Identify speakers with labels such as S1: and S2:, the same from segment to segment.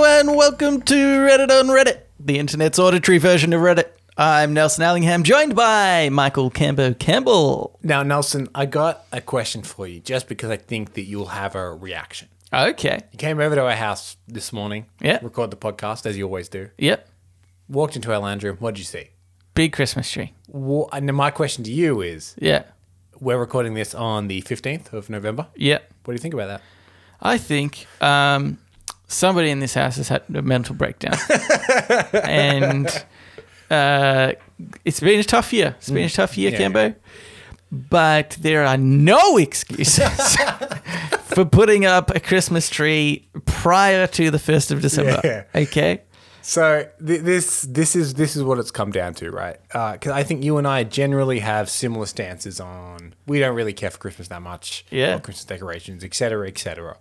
S1: welcome to Reddit on Reddit, the internet's auditory version of Reddit. I'm Nelson Allingham, joined by Michael Cambo Campbell.
S2: Now, Nelson, I got a question for you just because I think that you'll have a reaction.
S1: Okay.
S2: You came over to our house this morning,
S1: Yeah.
S2: record the podcast as you always do.
S1: Yep.
S2: Walked into our lounge room. What did you see?
S1: Big Christmas tree.
S2: Wha and my question to you is:
S1: Yeah.
S2: We're recording this on the fifteenth of November.
S1: Yep.
S2: What do you think about that?
S1: I think um, somebody in this house has had a mental breakdown, and uh, it's been a tough year. It's been a tough year,
S2: Mm. Yeah,
S1: Cambo. But there are no excuses for putting up a Christmas tree prior to the first of December.
S2: Yeah.
S1: Okay.
S2: So th- this this is this is what it's come down to, right? Because I think you and I generally have similar stances on we don't really care for Christmas that much,
S1: Yeah. Mm-hmm.
S2: or Christmas decorations, etc., etc.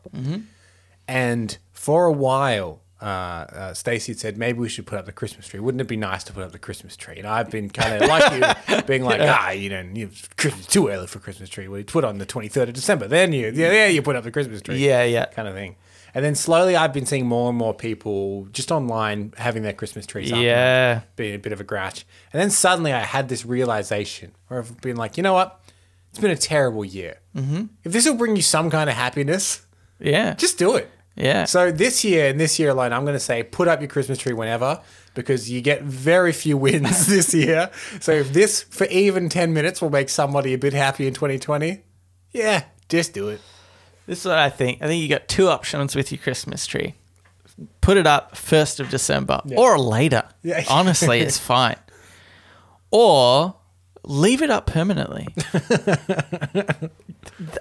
S2: And for a while, uh, uh, Stacey had said maybe we should put up the Christmas tree. Wouldn't it be nice to put up the Christmas tree? And I've been kind of like you, being like, ah, you know, you Christmas too early for Christmas tree. We put it on the twenty third of December. Then you, yeah, yeah, you put up the Christmas tree
S1: Yeah, yeah.
S2: kind of thing. And then slowly, I've been seeing more and more people just online having their Christmas trees up,
S1: Yeah.
S2: being a bit of a grouch. And then suddenly, I had this realization where I've been like, you know what? It's been a terrible year. Mm-hmm. If this will bring you some kind of happiness,
S1: Yeah.
S2: just do it.
S1: Yeah.
S2: So this year and this year alone, I'm going to say put up your Christmas tree whenever because you get very few wins this year. So if this for even 10 minutes will make somebody a bit happy in 2020, yeah, just do it.
S1: This is what I think. I think you got two options with your Christmas tree. Put it up first of December or later.
S2: Yeah.
S1: Honestly, it's fine. Or leave it up permanently.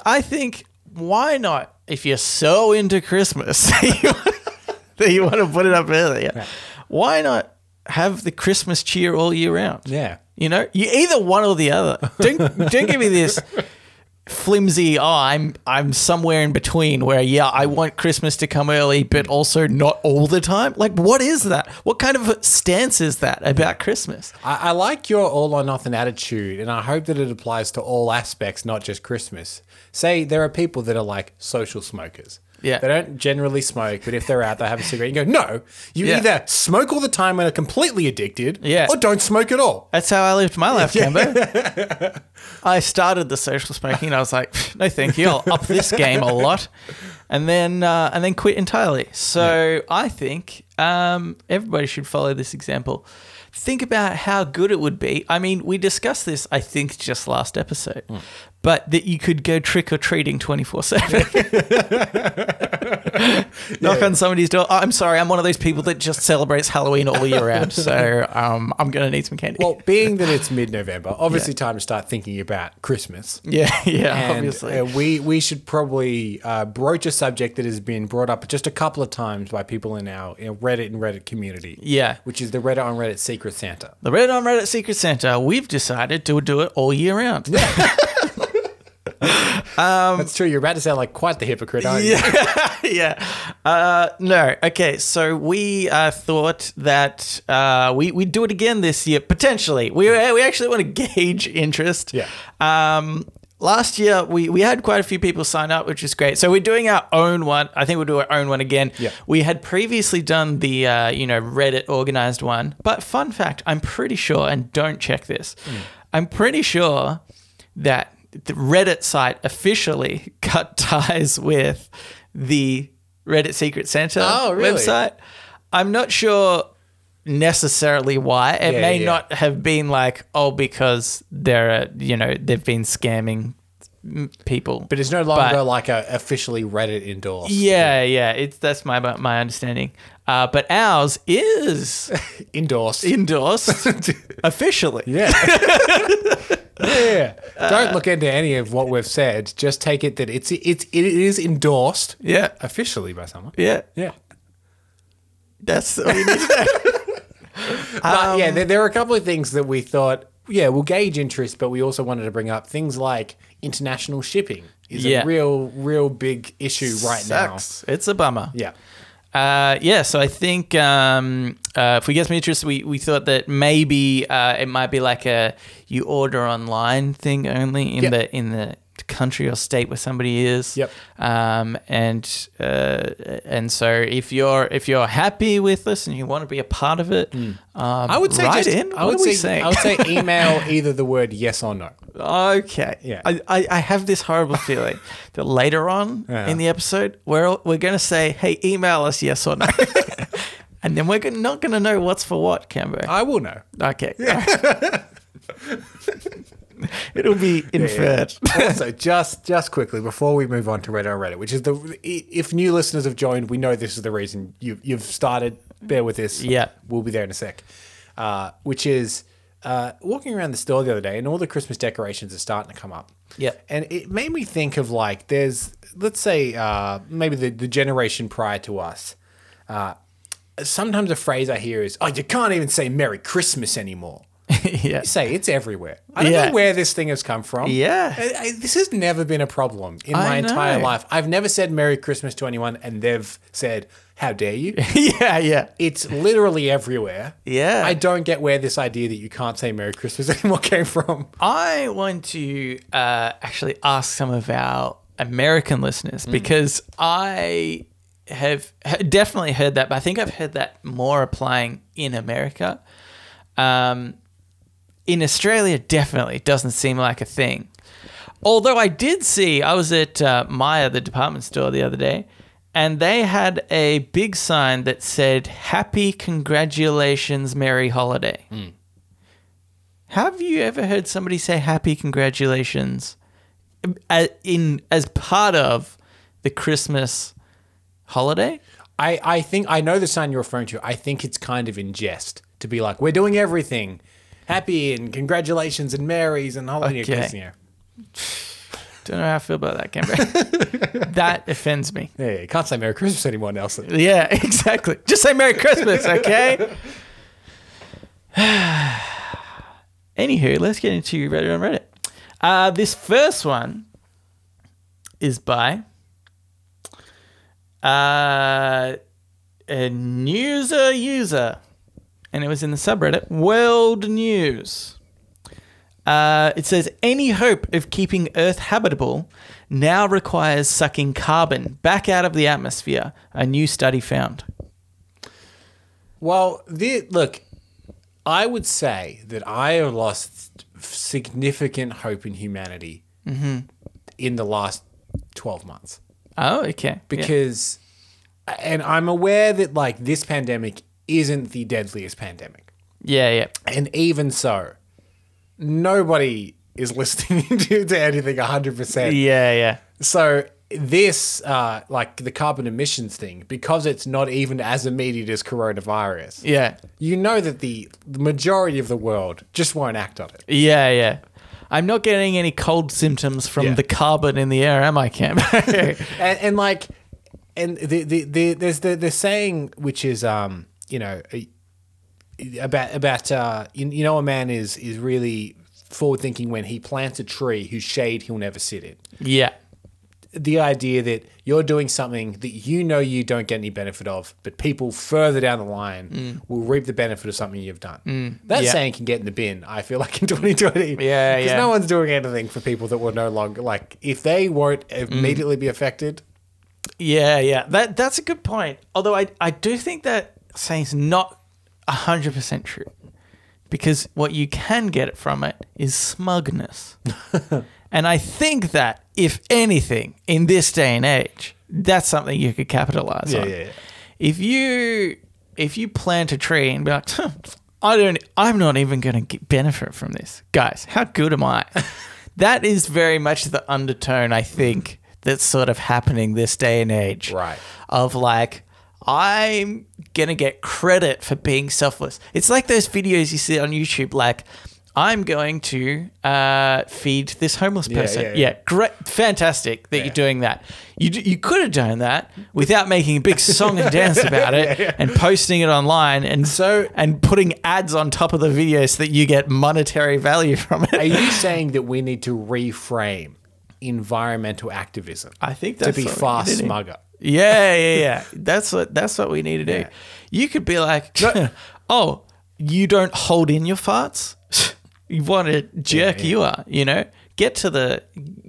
S1: I think why not? If you're so into Christmas that you want to put it up earlier, why not have the Christmas cheer all year round?
S2: Yeah.
S1: You know, you either one or the other. Don't don't give me this flimsy. Oh, I'm I'm somewhere in between where yeah, I want Christmas to come early, but also not all the time. Like, what is that? What kind of stance is that about Christmas?
S2: I, I like your all or nothing attitude, and I hope that it applies to all aspects, not just Christmas. Say there are people that are like social smokers.
S1: Yeah.
S2: They don't generally smoke, but if they're out, they have a cigarette. You go, no, you
S1: Yeah.
S2: either smoke all the time and are completely addicted,
S1: Yeah.
S2: or don't smoke at all.
S1: That's how I lived my life, Cambo. I started the social smoking, and I was like, "No, thank you. I'll up this game a lot," and then uh, and then quit entirely. So I think um, everybody should follow this example. Think about how good it would be. I mean, we discussed this, I think, just last episode, but that you could go trick or treating twenty four seven. Knock on somebody's door. Oh, I'm sorry, I'm one of those people that just celebrates Halloween all year round, so um, I'm gonna need some candy.
S2: Well, being that it's mid November, obviously time to start thinking about Christmas.
S1: Yeah, yeah,
S2: And,
S1: obviously.
S2: uh, we we should probably uh, broach a subject that has been brought up just a couple of times by people in our in Reddit and Reddit community.
S1: Yeah.
S2: which is the Reddit on Reddit Secret Santa.
S1: the Red on Reddit Secret Santa, we've decided to do it all year round.
S2: That's true. You're about to sound like quite the hypocrite, aren't you?
S1: yeah. Uh, no. Okay. So we uh, thought that uh, we we do it again this year potentially. We we actually want to gauge interest.
S2: Yeah.
S1: Um, last year we we had quite a few people sign up, which is great. So we're doing our own one. I think we'll do our own one again.
S2: Yeah.
S1: We had previously done the uh, you know Reddit organized one, but fun fact, I'm pretty sure, and don't check this.
S2: Hmm.
S1: I'm pretty sure that the Reddit site officially cut ties with the Reddit Secret Santa
S2: Oh, really?
S1: website. I'm not sure necessarily why. It
S2: Yeah,
S1: may
S2: yeah.
S1: not have been like, oh, because they're, uh, you know, they've been scamming mm, people.
S2: But it's no longer
S1: But-
S2: like a officially Reddit endorsed.
S1: yeah, yeah, it's that's my my understanding. Uh, but ours is
S2: Endorsed.
S1: endorsed officially.
S2: yeah. yeah. Don't look into any of what we've said. Just take it that it's it's it is endorsed
S1: Yeah,
S2: officially by someone.
S1: yeah,
S2: Yeah.
S1: that's all you need to know. Um,
S2: But yeah, there, there are a couple of things that we thought, yeah, we'll gauge interest, but we also wanted to bring up things like international shipping is
S1: Yeah.
S2: a real, real big issue right
S1: Sucks. It's a bummer.
S2: now. Yeah.
S1: Uh, yeah, so I think um, uh, if we get some interest, we, we thought that maybe uh, it might be like a you order online thing only in
S2: Yeah.
S1: the in the country or state where somebody is.
S2: Yep.
S1: Um, and uh, and so if you're if you're happy with this and you want to be a part of it, um, I
S2: would say
S1: write
S2: just-
S1: in.
S2: Hmm. I
S1: what
S2: would
S1: are
S2: say
S1: we saying?
S2: I would say email either the word yes or no.
S1: Okay.
S2: Yeah.
S1: I, I, I have this horrible feeling that later on
S2: Yeah.
S1: in the episode, we're we're gonna say, "Hey, email us yes or no," and then we're gonna, not gonna know what's for what, Cambo.
S2: I will know.
S1: Okay. It'll be inferred.
S2: also, just just quickly before we move on to Reddit on Reddit, which is the i- if new listeners have joined, we know this is the reason you you've started. Bear with this.
S1: Yeah.
S2: we'll be there in a sec. Uh, which is uh, walking around the store the other day, and all the Christmas decorations are starting to come up.
S1: Yep.
S2: and it made me think of like there's let's say uh, maybe the, the generation prior to us. Uh, sometimes a phrase I hear is, "Oh, you can't even say Merry Christmas anymore."
S1: yeah.
S2: You say it's everywhere. I don't
S1: Yeah.
S2: know where this thing has come from.
S1: Yeah.
S2: I, I, this has never been a problem in
S1: I
S2: my entire
S1: know.
S2: life. I've never said Merry Christmas to anyone and they've said, How dare you?
S1: yeah. Yeah.
S2: it's literally everywhere.
S1: Yeah.
S2: I don't get where this idea that you can't say Merry Christmas anymore came from.
S1: I want to uh, actually ask some of our American listeners because I have he- definitely heard that, but I think I've heard that more applying in America. Um, in Australia, definitely doesn't seem like a thing. Although I did see, I was at uh, Maya, the department store, the other day, and they had a big sign that said "Happy Congratulations, Merry Holiday." Have you ever heard somebody say "Happy Congratulations" as, in as part of the Christmas holiday?
S2: I, I think I know the sign you're referring to. I think it's kind of in jest to be like, We're doing everything. Happy and congratulations and Marys and holiday
S1: Okay.
S2: Christmas.
S1: Don't know how I feel about that, Cameron. that offends me.
S2: Yeah, you can't say Merry Christmas anymore, Nelson.
S1: Yeah, exactly. Just say Merry Christmas, okay? Anywho, let's get into Reddit on Reddit. Uh, this first one is by uh, a newser user, and it was in the subreddit World News. Uh, it says any hope of keeping Earth habitable now requires sucking carbon back out of the atmosphere. A new study found.
S2: Well, the, look, I would say that I have lost significant hope in humanity
S1: Mm-hmm.
S2: in the last 12 months
S1: Oh, okay. Yeah.
S2: because, and I'm aware that like this pandemic isn't the deadliest pandemic.
S1: yeah, yeah,
S2: And even so, nobody is listening to, to anything 100%.
S1: yeah, yeah.
S2: So this, uh, like the carbon emissions thing, because it's not even as immediate as coronavirus,
S1: Yeah.
S2: you know that the, the majority of the world just won't act on it.
S1: Yeah, yeah. I'm not getting any cold symptoms from
S2: Yeah.
S1: the carbon in the air, am I, Cam?
S2: And, and like, and the, the, the, there's the, the saying which is, um, you know, a- about about uh, you, you know, a man is is really forward thinking when he plants a tree whose shade he'll never sit in.
S1: yeah.
S2: The idea that you're doing something that you know you don't get any benefit of, but people further down the line will reap the benefit of something you've done. that
S1: Mm. yeah.
S2: saying can get in the bin. I feel like in 2020,
S1: Yeah, yeah.
S2: no one's doing anything for people that will no longer like if they won't
S1: Mm.
S2: immediately be affected.
S1: Yeah, yeah. That that's a good point. Although I I do think that saying's not hundred percent true. Because what you can get from it is smugness. and I think that if anything, in this day and age, that's something you could capitalize
S2: Yeah,
S1: on.
S2: yeah, yeah.
S1: If you if you plant a tree and be like, "Huh, I don't I'm not even gonna get benefit from this. Guys, how good am I? that is very much the undertone, I think, that's sort of happening this day and age
S2: Right.
S1: of like I'm gonna get credit for being selfless. It's like those videos you see on YouTube, like I'm going to uh, feed this homeless person. Yeah,
S2: yeah, yeah.
S1: great, fantastic that you're doing that. You d- you could have done that without making a big song and dance about it and posting it online and
S2: So-
S1: and putting ads on top of the video so that you get monetary value from
S2: Are
S1: it.
S2: you saying that we need to reframe environmental activism
S1: I think
S2: to
S1: that's
S2: be
S1: what we
S2: far
S1: need to do.
S2: smugger?
S1: Yeah, yeah, yeah. That's what that's what we need to do. You could be like, oh, you don't hold in your farts. you want to jerk you are, you know? get to the,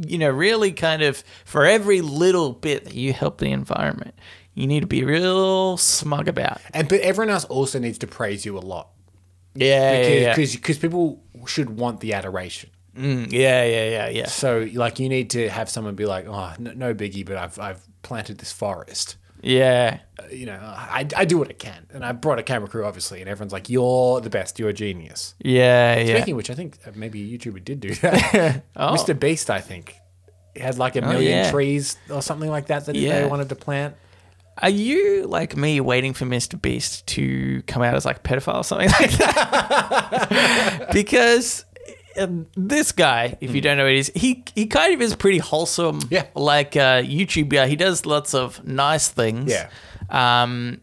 S1: you know, really kind of for every little bit that you help the environment, you need to be real smug about. it.
S2: And but everyone else also needs to praise you a lot
S1: Yeah, yeah, yeah.
S2: because because people should want the adoration.
S1: Mm, yeah, yeah, yeah, yeah.
S2: So like you need to have someone be like, oh, no, no biggie, but I've I've planted this forest.
S1: Yeah.
S2: Uh, You know, I, I do what I can, and I brought a camera crew, obviously, and everyone's like, "You're the best. You're a genius."
S1: Yeah, yeah. Oh.
S2: Speaking of which, I think uh, maybe a YouTuber did do that. Mr. Beast, I think, had like a million
S1: yeah.
S2: trees or something like that that
S1: Yeah.
S2: they wanted to plant.
S1: Are you like me waiting for Mr. Beast to come out as like a pedophile or something like that? because um, this guy, if you don't know who he is, he he kind of is pretty wholesome.
S2: Hmm. Yeah.
S1: Like uh YouTube guy. He does lots of nice things.
S2: Yeah.
S1: Um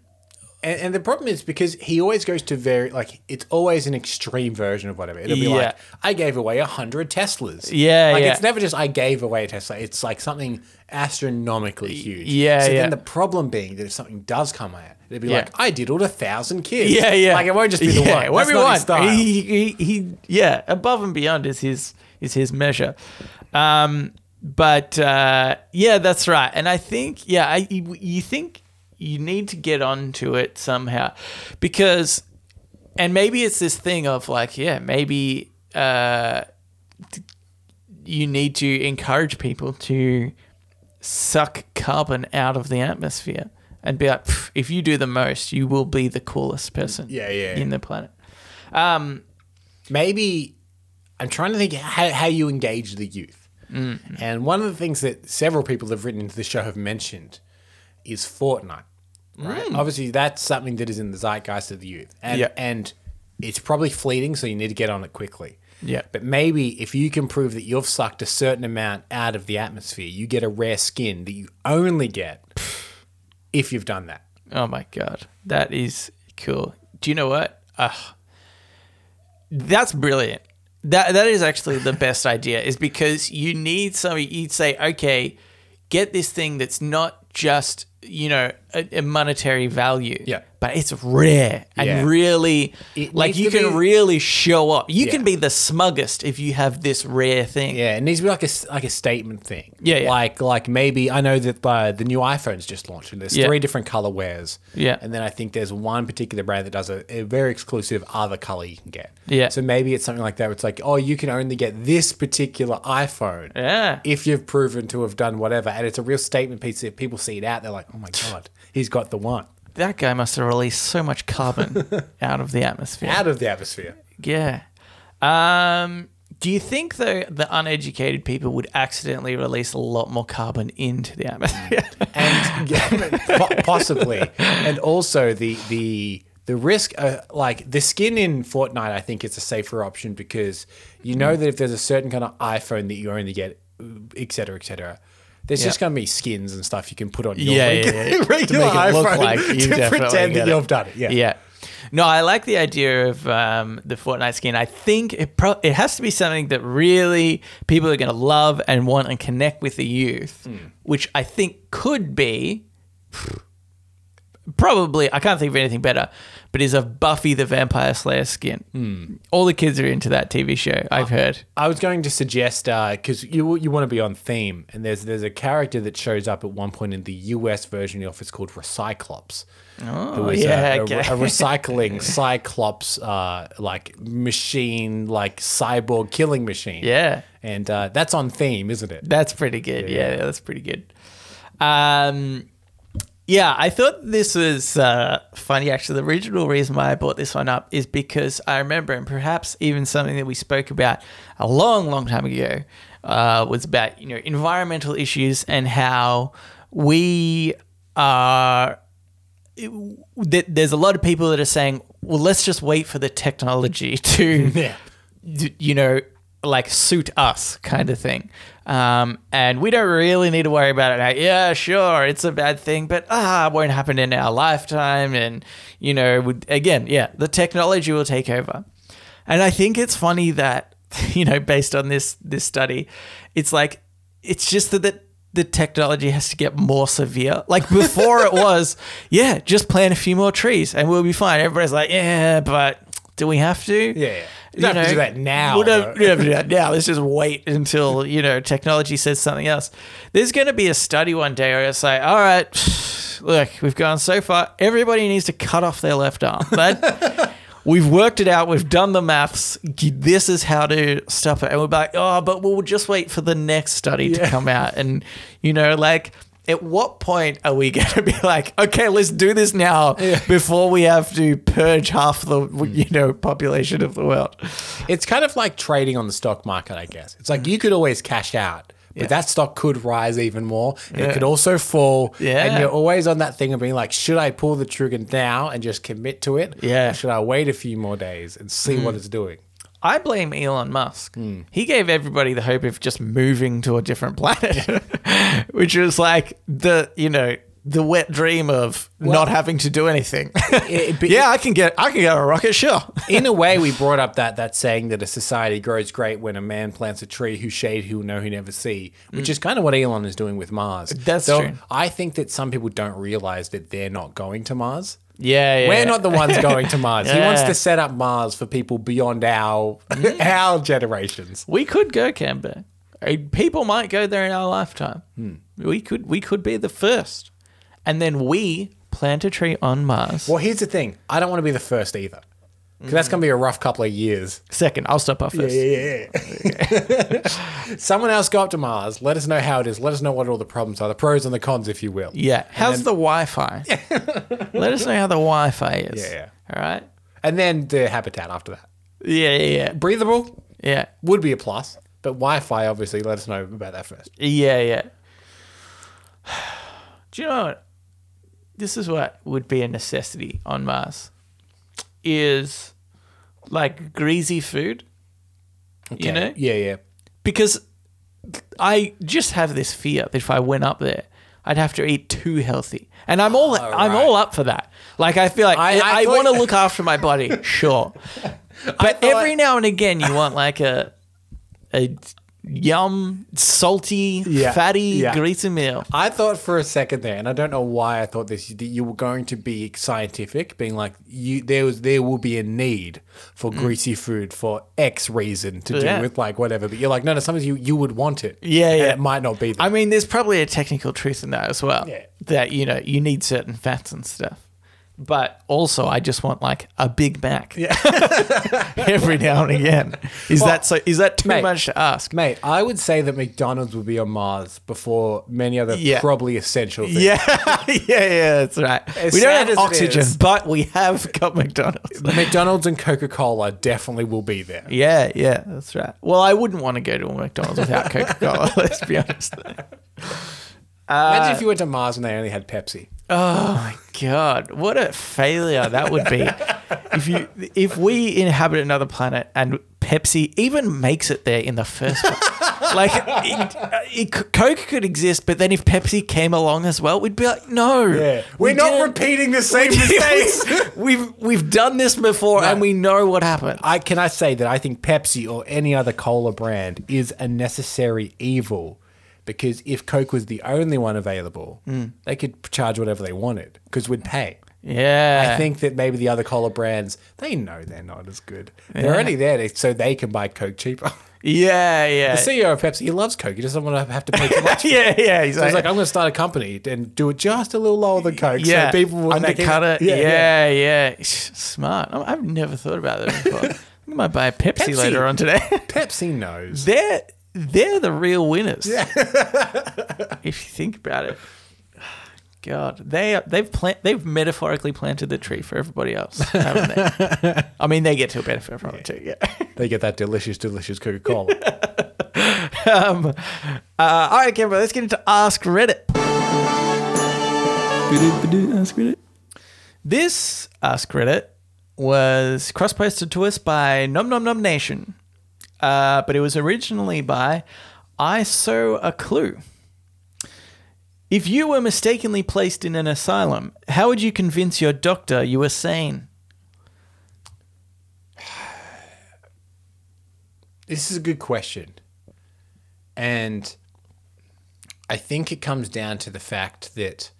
S2: And, and the problem is because he always goes to very like it's always an extreme version of whatever. It'll be like
S1: Yeah.
S2: I gave away a hundred Teslas.
S1: Yeah,
S2: like
S1: yeah.
S2: it's never just I gave away a Tesla. It's like something astronomically huge.
S1: yeah,
S2: So
S1: yeah.
S2: then the problem being that if something does come out, it'd be
S1: Yeah.
S2: like I diddled a thousand kids.
S1: Yeah, yeah.
S2: Like it won't just be the
S1: Yeah,
S2: one.
S1: It won't
S2: That's
S1: be
S2: not
S1: one.
S2: his style.
S1: He, he, he, yeah, above and beyond is his is his measure. Um, but uh, yeah, that's right. And I think yeah, I, you, you think you need to get onto it somehow because, and maybe it's this thing of like yeah, maybe uh, t- you need to encourage people to suck carbon out of the atmosphere and be like, "Pff, if you do the most, you will be the coolest person
S2: Yeah, yeah.
S1: in the planet.
S2: maybe I'm trying to think how, how you engage the youth.
S1: Mm.
S2: And one of the things that several people have written into the show have mentioned is Fortnite. Right. Obviously, that's something that is in the zeitgeist of the youth, and
S1: Mm. Yeah.
S2: and it's probably fleeting, so you need to get on it quickly.
S1: Yeah.
S2: But maybe if you can prove that you've sucked a certain amount out of the atmosphere, you get a rare skin that you only get if you've done that.
S1: Oh my god, that is cool. Do you know what? Ugh. That's brilliant. That that is actually the best idea. Is because you need somebody. You'd say, okay, get this thing that's not just you know a, a monetary value.
S2: Yeah.
S1: But it's rare and
S2: Yeah.
S1: really
S2: It
S1: like you
S2: needs to
S1: can
S2: be-
S1: really show up. You
S2: Yeah.
S1: can be the smuggest if you have this rare thing.
S2: Yeah, it needs to be like a like a statement thing.
S1: Yeah, yeah.
S2: Like like maybe I know that uh, the new iPhone's just launched and there's
S1: Yeah.
S2: three different colorwares.
S1: Yeah.
S2: and then I think there's one particular brand that does a, a very exclusive other color you can get.
S1: Yeah.
S2: So maybe it's something like that. Where it's like oh, you can only get this particular iPhone.
S1: Yeah.
S2: If you've proven to have done whatever, and it's a real statement piece. If people see it out, they're like, oh my god, he's got the one
S1: That guy must have released so much carbon out of the atmosphere.
S2: out of the atmosphere.
S1: Yeah. Um, do you think though the uneducated people would accidentally release a lot more carbon into the atmosphere?
S2: and yeah, po- possibly, and also the the the risk, uh, like the skin in Fortnite, I think it's a safer option because you know
S1: Mm.
S2: that if there's a certain kind of iPhone that you only get, uh, et cetera, et cetera. There's just
S1: Yeah.
S2: going to be skins and stuff you can put on your
S1: Yeah, yeah,
S2: regular,
S1: yeah, yeah. To
S2: regular
S1: make it look
S2: iPhone
S1: like you
S2: to
S1: definitely
S2: pretend
S1: get
S2: that
S1: it.
S2: you've done it. Yeah.
S1: yeah. No, I like the idea of um, the Fortnite skin. I think it pro- it has to be something that really people are going to love and want and connect with the youth, which I think could be probably I can't think of anything better, but is a Buffy the Vampire Slayer skin. All the kids are into that TV show. I've heard.
S2: I was going to suggest because you you want to be on theme, and there's there's a character that shows up at one point in the U.S. version of it's called Recyclops, oh, who is a-
S1: yeah,
S2: a,
S1: okay.
S2: a recycling Cyclops uh, like machine, like cyborg killing machine.
S1: Yeah.
S2: and uh, that's on theme, isn't it?
S1: That's pretty good. Yeah, yeah, that's pretty good. Um, yeah, I thought this was uh, funny. Actually, the original reason why I brought this one up is because I remember, and perhaps even something that we spoke about a long, long time ago, uh, was about you know environmental issues and how we are th- there's a lot of people that are saying, well, let's just wait for the technology to,
S2: Yeah.
S1: d- you know, like suit us kind of thing. Um, and we don't really need to worry about it. Like, yeah, sure, it's a bad thing, but ah, it won't happen in our lifetime. And, you know, would, again, yeah, the technology will take over. And I think it's funny that, you know, based on this this study, it's like it's just that the, the technology has to get more severe. Like before, it was, yeah, just plant a few more trees and we'll be fine. Everybody's like, yeah, but do we have to?
S2: Yeah, yeah. You don't have to do that now,
S1: We don't,
S2: though.
S1: we don't have to do that now. Let's just wait until you know technology says something else. There's going to be a study one day where it's say, "All right, look, we've gone so far. Everybody needs to cut off their left arm, but we've worked it out. We've done the maths. This is how to stop it." And we're like, "Oh, but we'll just wait for the next study to come out." And you know, like. At what point are we going to be like, okay, let's do this now before we have to purge half the you know population of the world?
S2: It's kind of like trading on the stock market, I guess. It's like you could always cash out, but that stock could rise even more. and It could also fall.
S1: Yeah.
S2: And you're always on that thing of being like, should I pull the trigger now and just commit to it?
S1: Yeah. Mm.
S2: Or should I wait a few more days and see what it's doing?
S1: I blame Elon Musk.
S2: Hmm.
S1: He gave everybody the hope of just moving to a different planet, which was like the you know the wet dream of not having to do anything.
S2: It- but
S1: yeah, I can get I can get on a rocket, sure.
S2: In a way, we brought up that that saying that a society grows great when a man plants a tree whose shade he will know he never see, which is kind of what Elon is doing with Mars.
S1: Mm. That's
S2: so
S1: true.
S2: I think that some people don't realize that they're not going to Mars.
S1: Yeah, yeah.
S2: We're not the ones going to Mars. He wants
S1: Yeah.
S2: to set up Mars for people beyond our our generations.
S1: we could go Canberra. Uh, People might go there in our lifetime.
S2: Hmm.
S1: We could we could be the first, and then we plant a tree on Mars.
S2: Well, here's the thing. I don't want to be the first either. Because that's going to be a rough couple of years.
S1: Second, I'll stop off first.
S2: Yeah. Someone else go up to Mars. Let us know how it is. Let us know what all the problems are, the pros and the cons, if you will.
S1: Yeah. How's the Wi Fi? Let us know how the Wi Fi is.
S2: Yeah,
S1: All right.
S2: And then the habitat after that.
S1: Yeah, yeah,
S2: Breathable
S1: yeah.
S2: would be a plus, but Wi Fi, obviously, let us know about that first.
S1: Yeah. Yeah, yeah. Do you know what? This is what would be a necessity on Mars is like greasy food. You know?
S2: Yeah, yeah.
S1: Because I just have this fear that if I went up there, I'd have to eat too healthy. And I'm all I'm
S2: Oh, right.
S1: all up for that. Like I feel like I,
S2: I- I
S1: I,
S2: thought-
S1: want to look after my body, sure. But
S2: thought-
S1: every now and again you want like a a yum, salty,
S2: Yeah,
S1: fatty,
S2: yeah.
S1: greasy meal.
S2: I thought for a second there, and I don't know why I thought this. That you were going to be scientific, being like, you there was there will be a need for greasy food for X reason to do
S1: Mm. Yeah.
S2: with like whatever. But you're like, no, no. Sometimes you you would want it.
S1: Yeah,
S2: And
S1: yeah.
S2: it might not be. There.
S1: I mean, there's probably a technical truth in that as well.
S2: Yeah.
S1: That, you know, you need certain fats and stuff. But also, I just want like a Big Mac every now and again. Is that so? Is that too
S2: mate,
S1: much to ask?
S2: Mate, I would say that McDonald's would be on Mars before many other
S1: Yeah.
S2: probably essential things.
S1: Yeah, yeah, yeah. That's right.
S2: As
S1: we don't have
S2: sad as it
S1: oxygen,
S2: is.
S1: but we have got McDonald's.
S2: McDonald's and Coca Cola definitely will be there.
S1: Yeah, yeah, that's right. Well, I wouldn't want to go to a McDonald's without Coca Cola. let's be honest. Uh,
S2: Imagine if you went to Mars and they only had Pepsi.
S1: Oh my god, what a failure that would be. if you if we inhabit another planet and Pepsi even makes it there in the first place. like it, uh, it, Coke could exist, but then if Pepsi came along as well, we'd be like, no,
S2: We're
S1: we
S2: not
S1: didn't-
S2: repeating the same mistakes.
S1: we've we've done this before, and we know what happened.
S2: I can I say that I think Pepsi or any other cola brand is a necessary evil because if Coke was the only one available,
S1: Mm.
S2: they could charge whatever they wanted because we'd pay.
S1: Yeah,
S2: I think that maybe the other cola brands they know they're not as good. They're only there to- so they can buy Coke cheaper.
S1: yeah, yeah,
S2: the CEO of Pepsi he loves Coke. He doesn't want to have to pay too much.
S1: yeah, yeah.
S2: So he's like, I'm going to start a company and do it just a little lower than Coke, so people will think it-
S1: undercut it. Yeah, yeah, smart. I- I've never thought about that before. I might buy a Pepsi,
S2: Pepsi.
S1: later on today.
S2: Pepsi knows.
S1: they're they're the real winners. if you think about it, God, they are- they've plant, they've metaphorically planted the tree for everybody else, haven't they? I mean, they get to benefit from it too. Yeah.
S2: They get that delicious, delicious Coca Cola.
S1: um, uh, all right, Kimber, let's get into Ask Reddit. Ask Reddit. This Ask Reddit was cross posted to us by Nom Nom Nom Nation, uh, but it was originally by I Saw a Clue. If you were mistakenly placed in an asylum, how would you convince your doctor you were sane?
S2: This is a good question. And I think it comes down to the fact that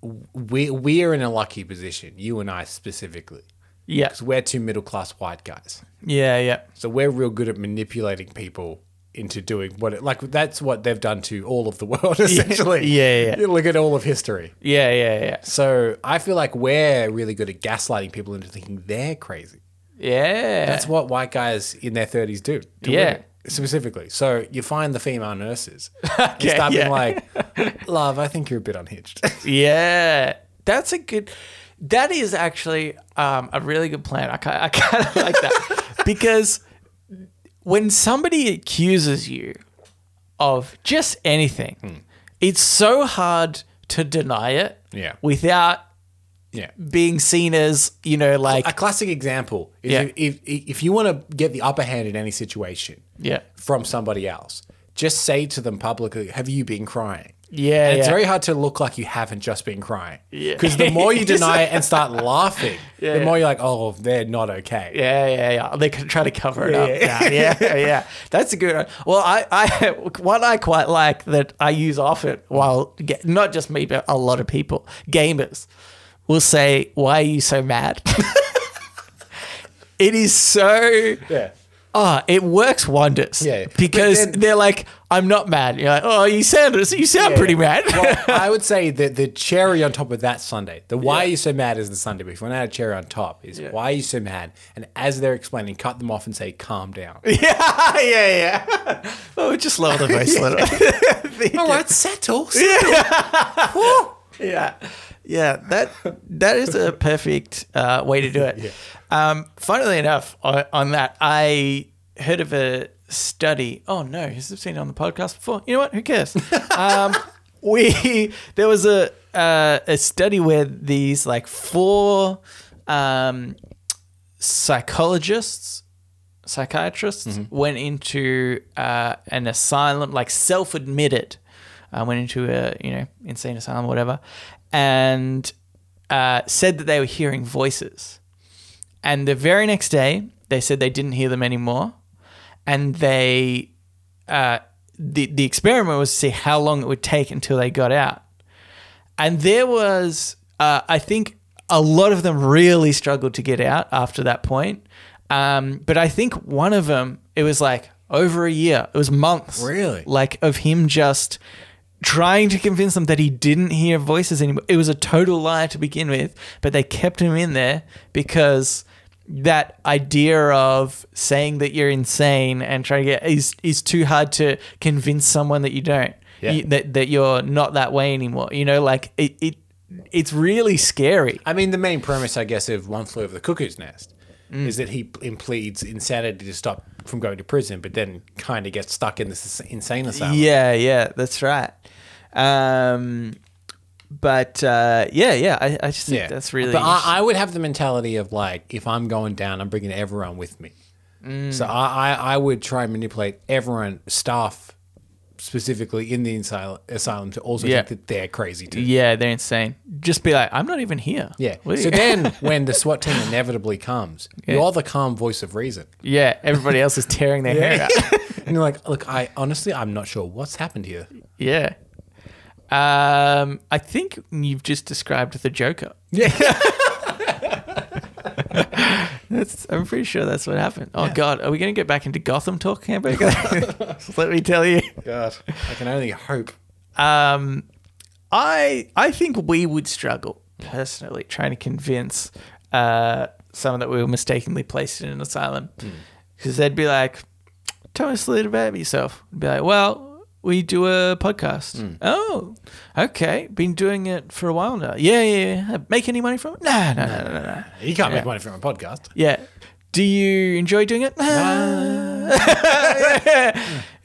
S2: we we're in a lucky position, you and I specifically,
S1: Yeah.
S2: because we're two middle class white guys.
S1: Yeah. Yeah.
S2: So we're real good at manipulating people into doing what it like. That's what they've done to all of the world essentially.
S1: Yeah, yeah, yeah.
S2: You look at all of history.
S1: Yeah. Yeah. Yeah.
S2: So I feel like we're really good at gaslighting people into thinking they're crazy.
S1: Yeah.
S2: That's what white guys in their 30s do. to
S1: Yeah.
S2: women, Specifically. So you find the female nurses. you start
S1: yeah.
S2: being like, love, I think you're a bit unhinged.
S1: Yeah, that's a good. That is actually um, a really good plan. I kind I kind of like that because when somebody accuses you of just anything, it's so hard to deny it.
S2: Yeah.
S1: Without
S2: yeah.
S1: being seen as you know, like
S2: A classic example is
S1: Yeah.
S2: if, if, if you want to get the upper hand in any situation
S1: yeah,
S2: from somebody else, just say to them publicly, have you been crying?
S1: yeah,
S2: And it's
S1: yeah.
S2: very hard to look like you haven't just been crying.
S1: Yeah.
S2: Because the more you deny it and start laughing,
S1: Yeah.
S2: the more you're like, oh, they're not okay.
S1: Yeah, yeah, yeah. They could try to cover it up.
S2: Yeah.
S1: Yeah, yeah, yeah. That's a good one. Well, I, I, what I quite like that I use often, while ga- not just me, but a lot of people, gamers, will say, "Why are you so mad?" it is so.
S2: Yeah.
S1: Ah, it works wonders.
S2: Yeah.
S1: Because
S2: But then-
S1: they're like, "I'm not mad." You're like, "Oh, you sound, you sound pretty mad."
S2: well, I would say that the cherry on top of that Sunday, the why are you so mad is the Sunday before. Not a cherry on top is why are you so mad? And as they're explaining, cut them off and say, calm down.
S1: yeah, yeah, yeah. Oh, just lower the bracelet.
S2: All right, settle.
S1: yeah, yeah. That that is a perfect uh, way to do it. Um, funnily enough, on, on that, I heard of a study. Oh no, has this been on the podcast before? You know what? Who cares? um, we there was a uh, a study where these like four um, psychologists psychiatrists went into uh, an asylum, like self-admitted, uh, went into a you know insane asylum, or whatever, and uh, said that they were hearing voices. And the very next day, they said they didn't hear them anymore, and they uh, the the experiment was to see how long it would take until they got out. And there was, uh, I think, a lot of them really struggled to get out after that point. Um, but I think one of them, it was like over a year. It was months.
S2: Really?
S1: Like of him just trying to convince them that he didn't hear voices anymore. It was a total lie to begin with, but they kept him in there because that idea of saying that you're insane and trying to get is is too hard to convince someone that you don't
S2: Yeah.
S1: you- that that you're not that way anymore. You know, like it, it it's really scary.
S2: I mean, the main premise, I guess, of One Flew Over the Cuckoo's Nest is that he p- pleads insanity to stop from going to prison, but then kind of gets stuck in this insane asylum.
S1: Yeah, yeah, that's right. Um, but uh, yeah, yeah, I, I just think that's really.
S2: But I, I would have the mentality of like, if I'm going down, I'm bringing everyone with me.
S1: Mm.
S2: So I, I, I would try and manipulate everyone, staff specifically in the asyl- asylum, to also
S1: Yeah.
S2: think that they're crazy too.
S1: yeah, they're insane. Just be like, I'm not even here.
S2: Yeah.
S1: What are
S2: So
S1: you-
S2: then, when the SWAT team inevitably comes, you're the calm voice of reason,
S1: yeah, everybody else is tearing their hair out.
S2: and you're like, "Look, I honestly, I'm not sure what's happened here."
S1: Yeah. Um, I think you've just described the Joker.
S2: Yeah.
S1: That's, I'm pretty sure that's what happened. Oh God, are we going to get back into Gotham talk, Hamburger? Let me tell you.
S2: God, I can only hope.
S1: Um, I I think we would struggle personally trying to convince uh, someone that we were mistakenly placed in an asylum because they'd be like, "Tell us a little bit about yourself." I'd be like, "Well, we do a podcast." Oh, okay, been doing it for a while now. Yeah, yeah. yeah. Make any money from it? Nah, no, no, no, no, no.
S2: You can't make money from a podcast.
S1: Yeah. Do you enjoy doing it? Nah.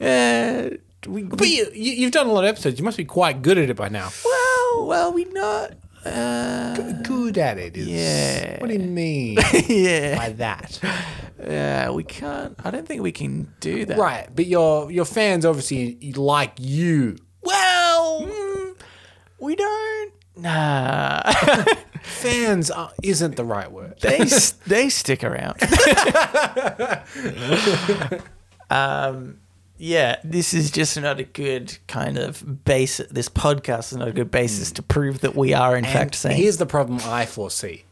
S1: yeah. We,
S2: But
S1: we
S2: you, you, you've done a lot of episodes. You must be quite good at it by now.
S1: well, well, we not. Uh,
S2: good at it is.
S1: Yeah.
S2: What do you mean
S1: yeah.
S2: by that?
S1: Yeah, we can't. I don't think we can do that.
S2: right, but your your fans obviously like you.
S1: Well, mm, we don't. Nah.
S2: Fans are, isn't the right word.
S1: they s- they stick around. um, yeah, this is just not a good kind of base. This Hmm. podcast is not a good basis to prove that we are in fact
S2: And
S1: saying.
S2: here's the problem I foresee.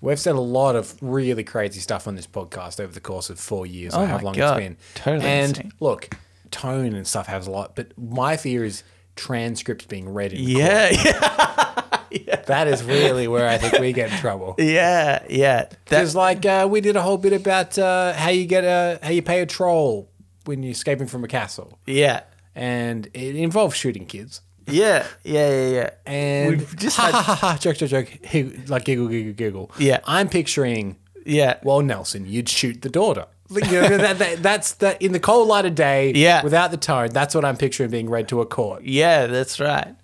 S2: We've said a lot of really crazy stuff on this podcast over the course of four years
S1: Oh
S2: or how
S1: my
S2: long
S1: God.
S2: it's been.
S1: Totally
S2: And
S1: insane.
S2: look, tone and stuff has a lot, but my fear is transcripts being read in court.
S1: Yeah, yeah,
S2: That is really where I think we get in trouble.
S1: yeah, yeah. That,
S2: Because like uh, we did a whole bit about uh, how you get a how you pay a troll when you're escaping from a castle,
S1: yeah,
S2: and it involves shooting kids.
S1: yeah, yeah, yeah, yeah.
S2: And
S1: We've just
S2: ha,
S1: had-
S2: ha ha ha joke joke joke hig- like giggle giggle giggle.
S1: Yeah.
S2: I'm picturing.
S1: yeah.
S2: Well, Nelson, you'd shoot the daughter. Like, you know, that, that, that's that in the cold light of day.
S1: Yeah.
S2: Without the tone, that's what I'm picturing being read to a court.
S1: Yeah, that's right.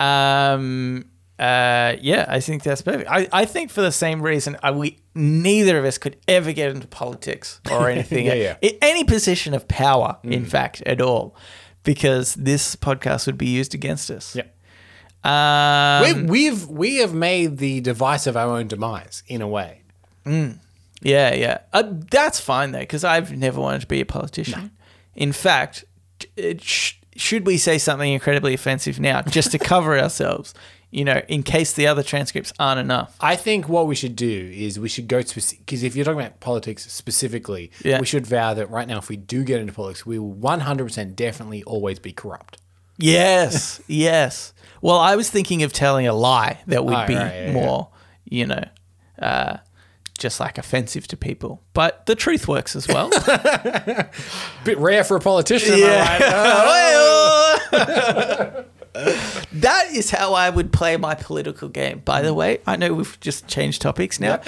S1: Um, uh, yeah, I think that's perfect. I, I think for the same reason, I, we neither of us could ever get into politics or anything,
S2: Yeah, Mm. yeah.
S1: I- any position of power, in fact, at all, because this podcast would be used against us.
S2: Yeah.
S1: Um,
S2: We, we've we have made the device of our own demise in a way.
S1: Yeah, yeah. Uh, that's fine though, because I've never wanted to be a politician. In fact, t- it sh- should we say something incredibly offensive now just to cover ourselves? You know, in case the other transcripts aren't enough.
S2: I think what we should do is we should go to because if you're talking about politics specifically,
S1: Yeah.
S2: we should vow that right now, if we do get into politics, we will 100% definitely always be corrupt.
S1: Yes, yes. Well, I was thinking of telling a lie that would
S2: Right,
S1: be
S2: Oh, right, yeah, yeah.
S1: more, you know, uh, just like offensive to people. But the truth works as well.
S2: Bit rare for a politician, am I
S1: Yeah.
S2: right? Uh,
S1: that is how I would play my political game. By the way, I know we've just changed topics now,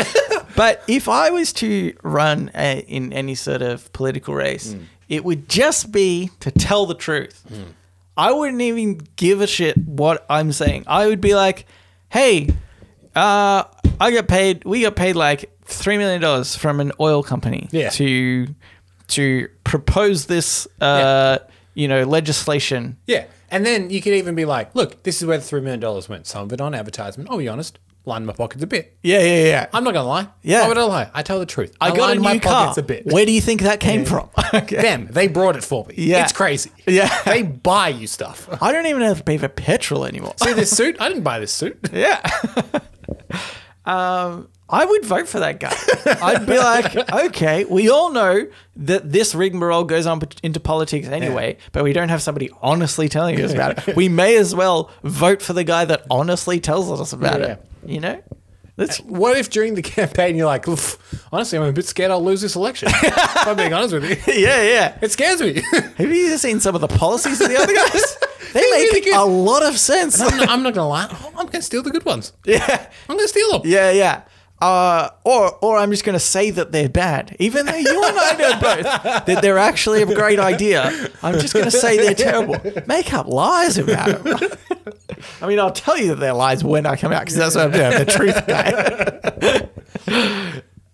S1: but if I was to run a, in any sort of political race, it would just be to tell the truth. I wouldn't even give a shit what I'm saying. I would be like, "Hey, uh, I got paid. We got paid like three million dollars from an oil company
S2: Yeah.
S1: to to propose this, uh, you know, legislation."
S2: yeah. And then you could even be like, look, this is where the $3 million went. Some of it on advertisement. I'll be honest, lined my pockets a bit.
S1: Yeah, yeah, yeah.
S2: I'm not going to lie.
S1: Yeah.
S2: Why would I lie? I tell the truth.
S1: I got a
S2: lined
S1: new car.
S2: pockets a bit.
S1: Where do you think that came from? okay.
S2: Them. They brought it for me.
S1: Yeah.
S2: It's crazy.
S1: Yeah.
S2: They buy you stuff.
S1: I don't even have to pay for petrol anymore.
S2: See this suit? I didn't buy this suit.
S1: yeah. um, I would vote for that guy. I'd be like, okay, we all know that this rigmarole goes on into politics anyway, but we don't have somebody honestly telling us about it. We may as well vote for the guy that honestly tells us about it. You know? That's
S2: What if during the campaign you're like, "Oof, honestly, I'm a bit scared I'll lose this election? if I'm being honest with you,
S1: yeah, yeah.
S2: it scares me.
S1: Have you seen some of the policies of the other guys? They
S2: They're
S1: make
S2: really good.
S1: a lot of sense.
S2: I'm not, I'm not gonna lie. I'm gonna steal the good ones.
S1: Yeah.
S2: I'm gonna steal them.
S1: Yeah, yeah. Uh, or, or I'm just going to say that they're bad, even though you and I know both that they're actually a great idea. I'm just going to say they're terrible. Make up lies about them. I mean, I'll tell you that they're lies when I come out because that's what I'm doing. The truth guy.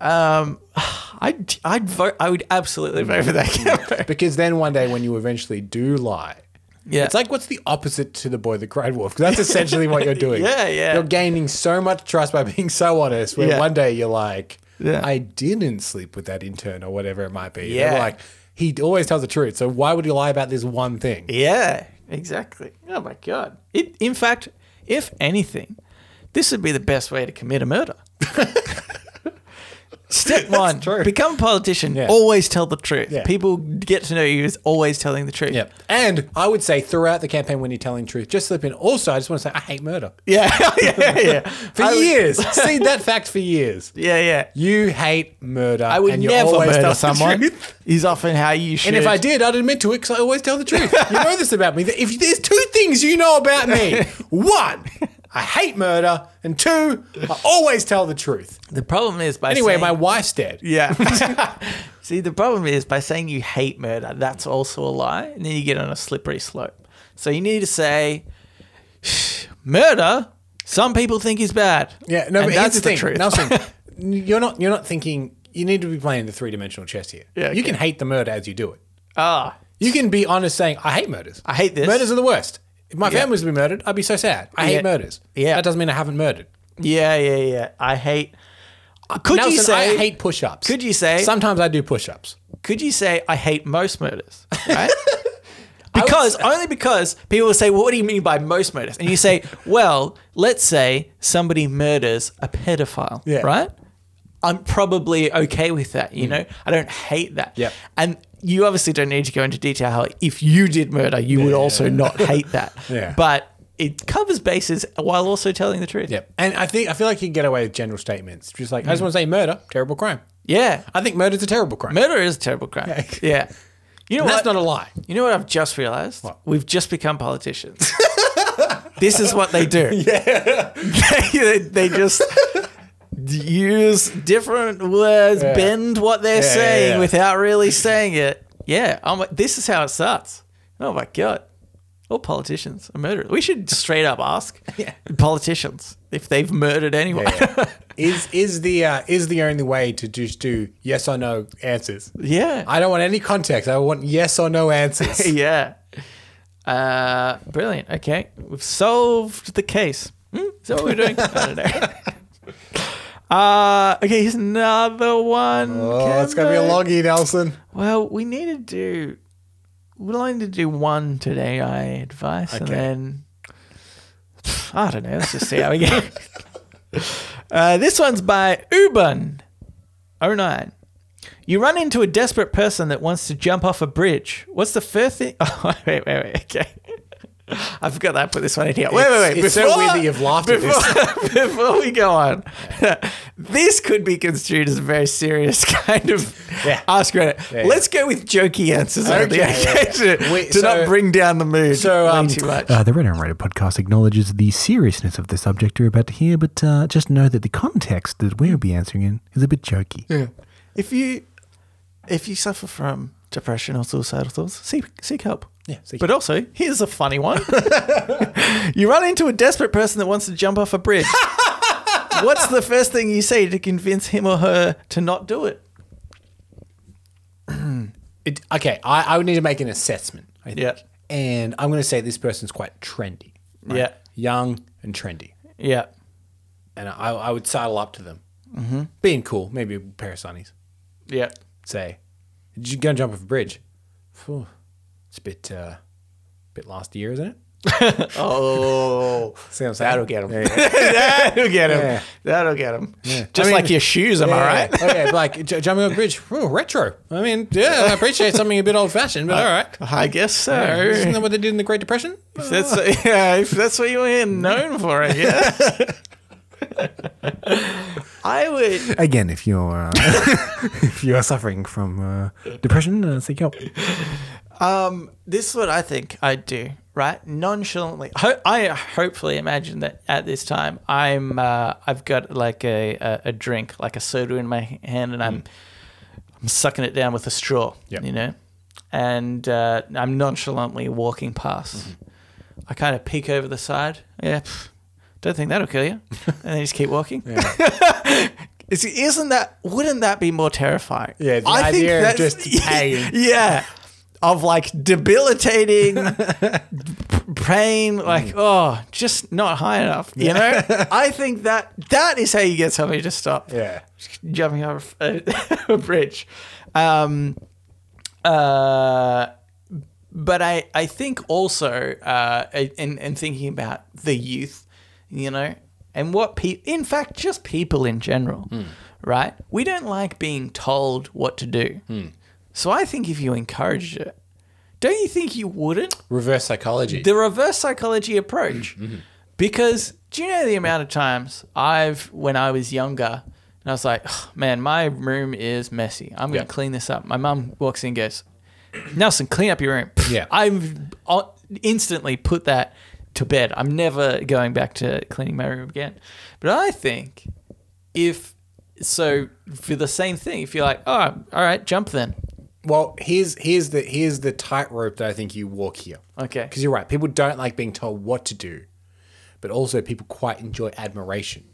S1: um, I'd, I'd vote. I would absolutely vote for that camera.
S2: Because then one day when you eventually do lie,
S1: Yeah,
S2: it's like what's the opposite to the boy that cried wolf? Because that's essentially what you're doing.
S1: Yeah, yeah.
S2: You're gaining so much trust by being so honest. Where
S1: Yeah.
S2: one day you're like,
S1: Yeah.
S2: I didn't sleep with that intern or whatever it might be.
S1: Yeah.
S2: They're like he always tells the truth. So why would he lie about this one thing?
S1: Yeah, exactly. Oh my god. It, in fact, if anything, this would be the best way to commit a murder. Step one:
S2: true.
S1: become a politician.
S2: Yeah.
S1: Always tell the truth.
S2: Yeah.
S1: People get to know you as always telling the truth.
S2: Yep. And I would say throughout the campaign when you're telling truth, just slip in. Also, I just want to say I hate murder.
S1: Yeah, yeah, yeah.
S2: For
S1: I would-
S2: years. See that fact for years.
S1: yeah, yeah.
S2: You hate murder.
S1: I would
S2: and you
S1: never
S2: always tell
S1: murder
S2: the
S1: someone.
S2: truth.
S1: Is often how you should.
S2: And if I did, I'd admit to it because I always tell the truth. You know this about me. That if there's two things you know about me, one, I hate murder, and two, I always tell the truth.
S1: the problem is by
S2: Anyway,
S1: saying-
S2: my wife's dead.
S1: Yeah. See, the problem is by saying you hate murder, that's also a lie, and then you get on a slippery slope. So you need to say murder. Some people think is bad.
S2: Yeah, no,
S1: and that's
S2: but that's the, thing.
S1: truth.
S2: Nelson, you're not you're not thinking. You need to be playing the three dimensional chess here.
S1: Yeah,
S2: you
S1: okay.
S2: can hate the murder as you do it.
S1: Ah,
S2: You can be honest saying, I hate murders.
S1: I hate this.
S2: Murders are the worst. If my family was to be murdered, I'd be so sad. I
S1: Yeah.
S2: hate murders.
S1: Yeah.
S2: That doesn't mean I haven't murdered.
S1: yeah, yeah, yeah. I hate. Could
S2: Nelson,
S1: you say?
S2: I hate push ups.
S1: could you say?
S2: Sometimes I do push ups.
S1: could you say I hate most murders? Right. Because only because people say, well, "What do you mean by most murders?" And you say, "Well, let's say somebody murders a pedophile,
S2: Yeah. Mm.
S1: right?" I'm probably okay with that. You know, I don't hate that.
S2: Yep.
S1: And you obviously don't need to go into detail how if you did murder, you would also not hate that.
S2: Yeah.
S1: But it covers bases while also telling the truth.
S2: Yep. Mm. And I think I feel like you can get away with general statements. Just like I just want to say murder, terrible crime.
S1: Yeah.
S2: I think murder's a terrible crime.
S1: Murder is a terrible crime. Yeah. You know
S2: And
S1: what?
S2: that's not a lie.
S1: You know what I've just realized? We've just become politicians. this is what they do. Yeah. they, they just use different words, bend what they're
S2: yeah,
S1: saying
S2: yeah.
S1: without really saying it. Yeah. I'm like, this is how it starts. Oh my God. All politicians are murderers. We should straight up ask
S2: Yeah.
S1: politicians if they've murdered anyone. Yeah.
S2: is is the uh, is the only way to just do yes or no answers? I don't want any context. I want yes or no answers.
S1: yeah. Uh, brilliant. Okay, we've solved the case. Hmm? Is that what we're doing? I don't know. Uh, okay, here's another one.
S2: oh, it's gonna be a
S1: Kevin.
S2: loggy, Nelson.
S1: Well, we need to do. We're only to do one today. I advice, and
S2: Okay.
S1: then I don't know. Let's just see how we go. uh, this one's by Uban 09. You run into a desperate person that wants to jump off a bridge. What's the first thing? Oh, wait, wait, wait. Okay. I forgot that I put this one in here. Wait, wait, wait.
S2: It's- it's so weird that you've laughed at this.
S1: before, before we go on, this could be construed as a very serious kind of
S2: Yeah.
S1: ask credit.
S2: Yeah, yeah.
S1: Let's go with jokey answers on the
S2: Okay, yeah,
S1: occasion
S2: Wait,
S1: to
S2: so-
S1: not bring down the mood
S2: so,
S1: way
S2: um,
S1: too much.
S3: Uh, the Red and Rated podcast acknowledges the seriousness of the subject you're about to hear, but uh, just know that the context that we'll be answering in is a bit jokey.
S1: if you if you suffer from depression or suicidal thoughts, seek seek help.
S2: Yeah, seek
S1: but also, here's a funny one. you run into a desperate person that wants to jump off a bridge. What's the first thing you say to convince him or her to not do it?
S2: It, okay, I, I would need to make an assessment. I think.
S1: Yeah.
S2: And I'm gonna say this person's quite trendy.
S1: Yeah.
S2: Young and trendy.
S1: Yeah.
S2: And I, I would sidle up to them, mm-hmm. being cool, maybe a pair of sunnies.
S1: Yeah.
S2: Say, "You gonna jump off a bridge? Phew, It's a bit, uh, bit last year, isn't it?"
S1: Oh.
S2: See what I'm saying?
S1: That'll get 'em.
S2: Yeah, yeah.
S1: That'll get him.
S2: Yeah.
S1: That'll get him. Just
S2: I mean-
S1: like your shoes, am I right?
S2: Yeah, yeah, like j- jumping off a bridge. Ooh, retro. I mean, yeah, I appreciate something a bit old fashioned,
S3: Uh,
S2: but all right.
S1: I guess so.
S2: Isn't that what they did in the Great Depression?
S1: If that's yeah, if that's what you're known for, I guess. I would.
S3: Again, if you're uh, if you are suffering from uh, depression, uh, seek help.
S1: Um, this is what I think I'd do. Right, nonchalantly. Ho- I hopefully imagine that at this time I'm uh, I've got like a, a a drink, like a soda in my hand, and I'm I'm sucking it down with a straw.
S2: Yep.
S1: You know, and uh, I'm nonchalantly walking past.
S2: Mm-hmm.
S1: I kind of peek over the side. Yeah, pff, don't think that'll kill you. and then just keep walking. Is- Isn't that? Wouldn't that be more terrifying?
S2: Yeah, the idea of just pain.
S1: Yeah, of like debilitating pain.
S2: Mm.
S1: Like, oh, just not high enough. You know, I think that that is how you get somebody to stop
S2: Yeah.
S1: jumping off a, a bridge. Um, uh, but I, I think also, uh, and, and thinking about the youth, you know, and what people, in fact, just people in general, right? We don't like being told what to do. So I think if you encouraged it, don't you think you wouldn't?
S2: Reverse psychology.
S1: the reverse psychology approach.
S2: Mm-hmm.
S1: Because do you know the amount of times I've, when I was younger, and I was like, "Ugh, man, my room is messy. I'm going
S2: Yeah.
S1: to clean this up. My mum walks in and goes, Nelson, clean up your room.
S2: Yeah.
S1: I've o- instantly put that to bed. I'm never going back to cleaning my room again. But I think if, so for the same thing, if you're like, oh, all right, jump then.
S2: well, here's here's the here's the tightrope that I think you walk here.
S1: Okay.
S2: Because you're right, people don't like being told what to do, but also people quite enjoy admiration.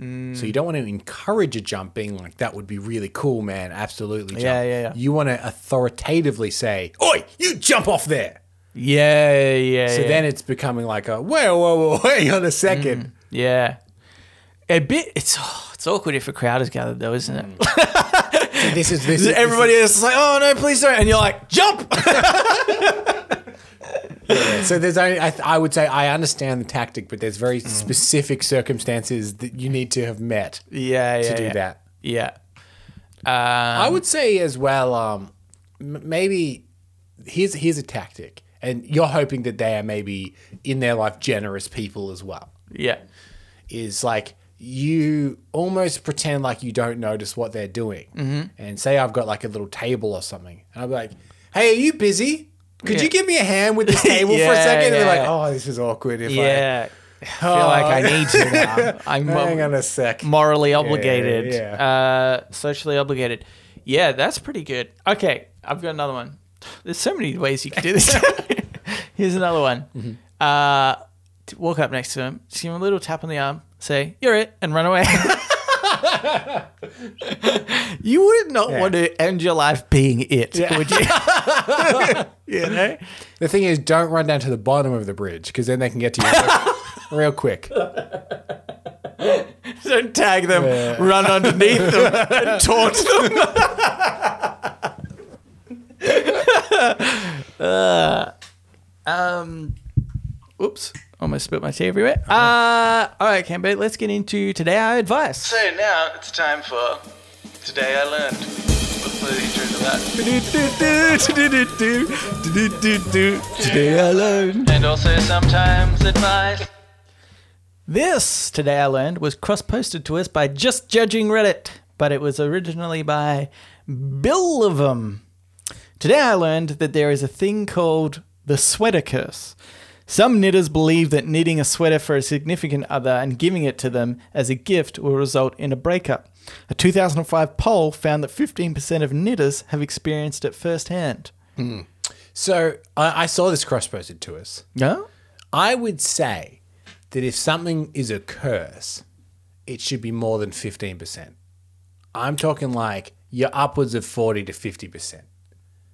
S1: Mm.
S2: So you don't want to encourage a jump, being like, "That would be really cool, man! Absolutely!" Jump.
S1: Yeah, yeah, yeah.
S2: You want to authoritatively say, "Oi, you jump off there!"
S1: Yeah, yeah,
S2: So
S1: yeah.
S2: then it's becoming like a whoa, whoa, whoa, wait on a second.
S1: Yeah. A bit. It's oh, it's awkward if a crowd is gathered, though, isn't it? Mm.
S2: This is this. Is,
S1: Everybody else is like, "Oh no, please don't!" And you're like, "Jump!"
S2: This is, so there's only. I, I would say I understand the
S1: Mm.
S2: tactic, but there's very specific circumstances that you need to have met
S1: Yeah, yeah.
S2: to do
S1: yeah.
S2: that.
S1: Yeah. Um,
S2: I would say as well, um, m- maybe here's here's a tactic, and you're hoping that they are maybe in their life generous people as well.
S1: Yeah.
S2: Is like you almost pretend like you don't notice what they're doing,
S1: Mm-hmm.
S2: and say I've got like a little table or something, and I'm like, "Hey, are you busy? Could
S1: Yeah.
S2: you give me a hand with this table for a
S1: Yeah,
S2: second? And they're like,
S1: yeah.
S2: "Oh, this is awkward." If
S1: Yeah. I feel like I need to now. I'm
S2: I hang on
S1: mo-
S2: a sec,
S1: morally obligated,
S2: Yeah,
S1: Uh, socially obligated. Yeah, that's pretty good. Okay, I've got another one. There's so many ways you can do this. Here's another one. Uh, t- walk up next to him, just give him a little tap on the arm, say, You're it, and run away. you would not want to end your life being it, would you? you know?
S2: The thing is, don't run down to the bottom of the bridge because then they can get to you real quick.
S1: Don't tag them. Run underneath them and taunt them. uh, um, oops. Almost spilled my tea everywhere. Uh, all right, Cambo, let's get into today our advice.
S4: So now it's time for Today I Learned. What's the intro to that?
S1: Today I learned.
S4: And also sometimes advice.
S1: This Today I Learned was cross posted to us by Just Judging Reddit, but it was originally by Bill of 'em. Today I learned that there is a thing called the sweater curse. Some knitters believe that knitting a sweater for a significant other and giving it to them as a gift will result in a breakup. A 2005 poll found that 15% of knitters have experienced it firsthand.
S2: So I, I saw this cross posted to us.
S1: No?
S2: I would say that if something is a curse, it should be more than 15%. I'm talking like you're upwards of 40 to 50%.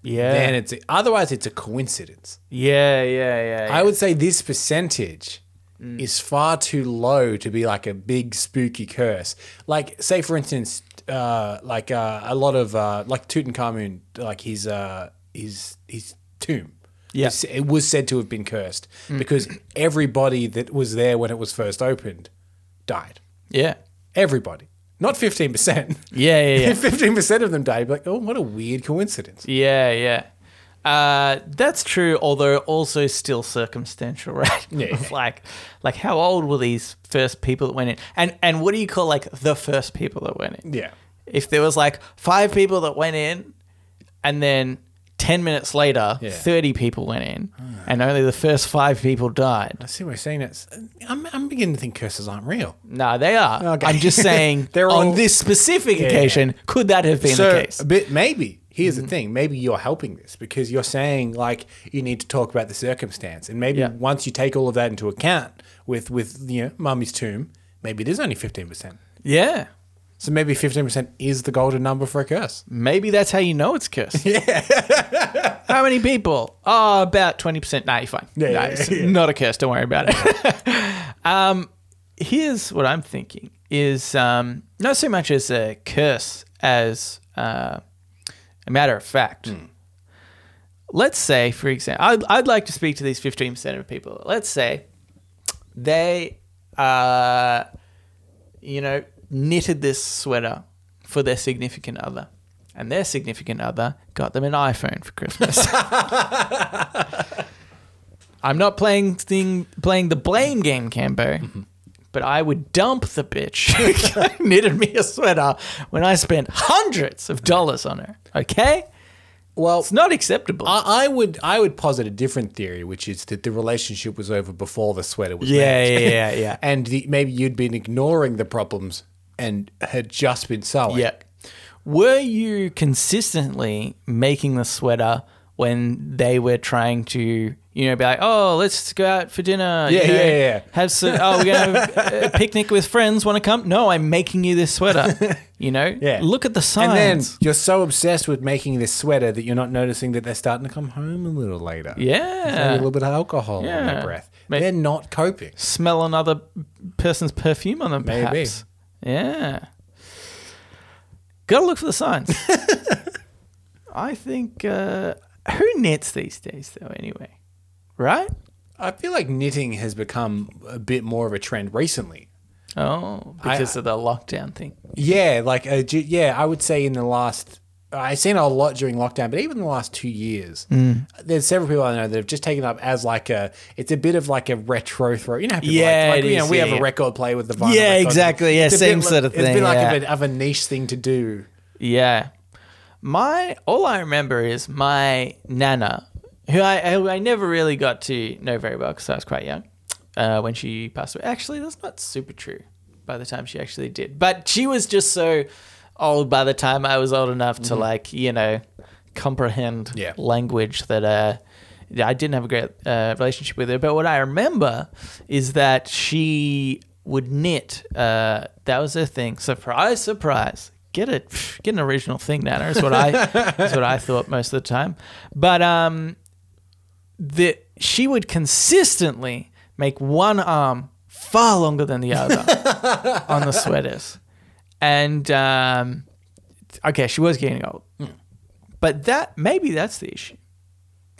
S1: Yeah.
S2: Then it's otherwise it's a coincidence.
S1: yeah, yeah, yeah.
S2: I would say this percentage
S1: Mm.
S2: is far too low to be like a big spooky curse. Like, say for instance, uh, like uh, a lot of uh, like Tutankhamun, like his uh, his his tomb.
S1: Yeah. Mm.
S2: is- it was said to have been cursed because everybody that was there when it was first opened died.
S1: yeah.
S2: Everybody, not fifteen percent.
S1: Yeah, yeah, yeah.
S2: Fifteen percent of them died. Like, oh, what a weird coincidence.
S1: Yeah, yeah. Uh, that's true, although also still circumstantial, right?
S2: Yeah, yeah.
S1: It's like, like how old were these first people that went in? And and what do you call like the first people that went in?
S2: Yeah.
S1: If there was like five people that went in, and then ten minutes later,
S2: Yeah. Ah.
S1: thirty people went in, and only the first five people died.
S2: I see what you're saying. It's, I'm, I'm beginning to think curses aren't real.
S1: No, they are.
S2: Okay.
S1: I'm just saying.
S2: They're
S1: on
S2: all-
S1: this specific
S2: yeah. uh,
S1: occasion, could that have been the case? Mm-hmm.
S2: But maybe here's the thing: maybe you're helping this because you're saying like you need to talk about the circumstance, and maybe
S1: Yeah.
S2: once you take all of that into account with with you know mummy's tomb, maybe it is only fifteen percent.
S1: Yeah,
S2: So maybe fifteen percent is the golden number for a curse.
S1: Maybe that's how you know it's cursed. Yeah. how many people? Oh, about 20%. Nah, you're fine.
S2: Yeah,
S1: Nah,
S2: yeah,
S1: it's
S2: yeah.
S1: Not a curse. Don't worry about it. um, here's what I'm thinking is um, not so much as a curse as uh, a matter of fact.
S2: Hmm.
S1: Let's say, for example, I'd, I'd like to speak to these 15% of people. Let's say they uh, you know, knitted this sweater for their significant other. And their significant other got them an iPhone for Christmas. I'm not playing thing, playing the blame game, Cambo, but I would dump the bitch who knitted me a sweater when I spent hundreds of dollars on her. Okay?
S2: Well,
S1: It's not acceptable.
S2: I, I would I would posit a different theory, which is that the relationship was over before the sweater was made.
S1: yeah, yeah, yeah, yeah.
S2: and the, maybe you'd been ignoring the problems and had just been sewing.
S1: Yeah. Were you consistently making the sweater when they were trying to, you know, be like, oh, let's go out for dinner? you
S2: Yeah,
S1: know,
S2: yeah, yeah.
S1: Have some, oh, we're going to have a picnic with friends. Want to come? No, I'm making you this sweater. You know?
S2: Yeah.
S1: Look at the
S2: And then
S1: signs.
S2: you're so obsessed with making this sweater that you're not noticing that they're starting to come home a little later. Maybe a
S1: yeah.
S2: little bit of alcohol in
S1: Yeah.
S2: their breath.
S1: May-
S2: they're not coping.
S1: Smell another person's perfume on them,
S2: Maybe.
S1: perhaps. Yeah. Gotta look for the signs. I think, uh, who knits these days, though, anyway? Right?
S2: I feel like knitting has become a bit more of a trend recently.
S1: Oh, because of the lockdown thing.
S2: Yeah, like uh, ju- yeah, I would say in the last I've seen a lot during lockdown, but even the last two years,
S1: Mm.
S2: there's several people I know that have just taken up as like a it's a bit of like a retro throw. You know, how people
S1: Yeah,
S2: like, like
S1: it
S2: you know,
S1: is,
S2: we
S1: yeah,
S2: have
S1: yeah.
S2: a record player with the vinyl.
S1: Yeah,
S2: record.
S1: exactly, yeah,
S2: It's a
S1: same
S2: bit,
S1: sort of
S2: It's a
S1: thing,
S2: bit like
S1: yeah.
S2: a bit of a niche thing to do.
S1: Yeah. My all I remember is my nana, who I I, I never really got to know very well because I was quite young uh, when she passed away. Actually, that's not super true. By the time she actually did, but she was just so old by the time I was old enough to like you know comprehend
S2: Yeah.
S1: language that uh, I didn't have a great uh, relationship with her. But what I remember is that she would knit. Uh, that was her thing. Surprise, surprise. Get it? Get an original thing, Nana. Is what I is what I thought most of the time. But um, that she would consistently make one arm far longer than the other on the sweaters, and um, okay, she was getting old. But that maybe that's the issue.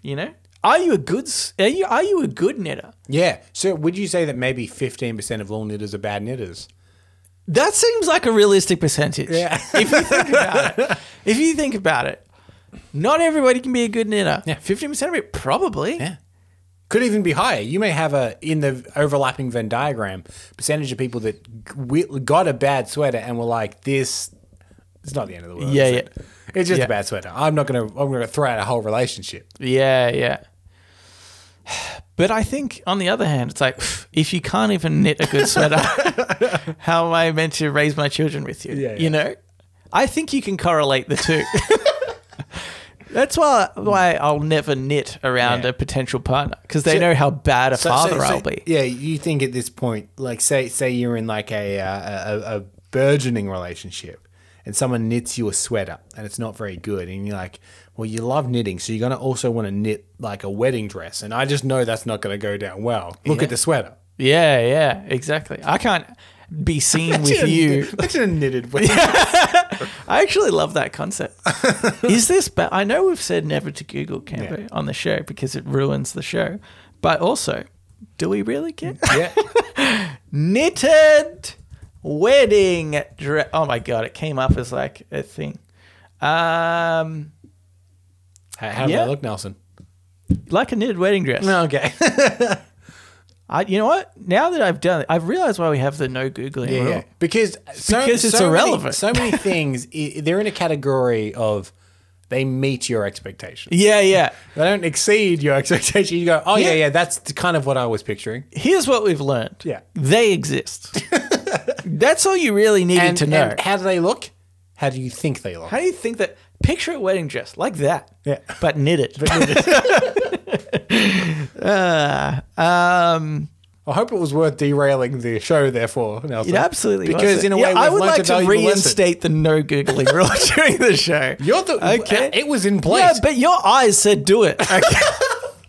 S1: You know, are you a good s- are you are you a good knitter?
S2: Yeah. So would you say that maybe fifteen percent of all knitters are bad knitters?
S1: That seems like a realistic percentage.
S2: Yeah.
S1: if you think about it, if you think about it, not everybody can be a good knitter.
S2: Yeah.
S1: fifty percent of it probably.
S2: Yeah. Could even be higher. You may have a in the overlapping Venn diagram percentage of people that g- wi- got a bad sweater and were like, "This, it's not the end of the world."
S1: Yeah,
S2: is
S1: yeah.
S2: it? It's just
S1: Yeah.
S2: a bad sweater. I'm not gonna. I'm gonna throw out a whole relationship.
S1: Yeah, yeah. But I think on the other hand, it's like if you can't even knit a good sweater, how am I meant to raise my children with you?
S2: Yeah, yeah.
S1: You know, I think you can correlate the two. That's why why I'll never knit around
S2: Yeah.
S1: a potential partner because they
S2: So-
S1: know how bad a
S2: So- so-
S1: father
S2: so-
S1: I'll be.
S2: Yeah. You think at this point, like, say, say you're in like a uh, a, a, a burgeoning relationship. And someone knits you a sweater, and it's not very good. And you're like, "Well, you love knitting, so you're gonna also want to knit like a wedding dress." And I just know that's not gonna go down well. Look at the sweater.
S1: Yeah, yeah, exactly. I can't be seen with you.
S2: That's a knitted wedding.
S1: I actually love that concept. Is this bad? I know we've said never to Google Cambo
S2: Yeah.
S1: on the show because it ruins the show, but also, do we really get
S2: yeah.
S1: knitted wedding dress? Oh my god, it came up as like a thing. Um,
S2: How,
S1: Yeah.
S2: how did I look, Nelson?
S1: like a knitted wedding dress.
S2: okay.
S1: I, you know what? Now that I've done it, I've realized why we have the no googling
S2: yeah,
S1: rule.
S2: yeah. Because so,
S1: Because it's
S2: so Many,
S1: irrelevant.
S2: so many things i- they're in a category of they meet your expectations.
S1: Yeah, yeah.
S2: They don't exceed your expectations. You go, oh yeah,
S1: Yeah.
S2: yeah, that's the kind of what I was picturing.
S1: Here's what we've learned.
S2: Yeah.
S1: They exist. That's all you really needed
S2: And,
S1: to know.
S2: and how do they look? How do you think they look?
S1: How do you think that? Picture a wedding dress like that,
S2: Yeah.
S1: but knit it. um,
S2: I hope it was worth derailing the show, therefore, Nelson.
S1: it absolutely was
S2: because in a
S1: it.
S2: way,
S1: Yeah, I
S2: we've
S1: would
S2: learnt
S1: like
S2: a
S1: to
S2: valuable lesson.
S1: reinstate the no googling rule during the show.
S2: You're the
S1: Okay.
S2: okay. It was in place.
S1: yeah, but your eyes said do it. Okay.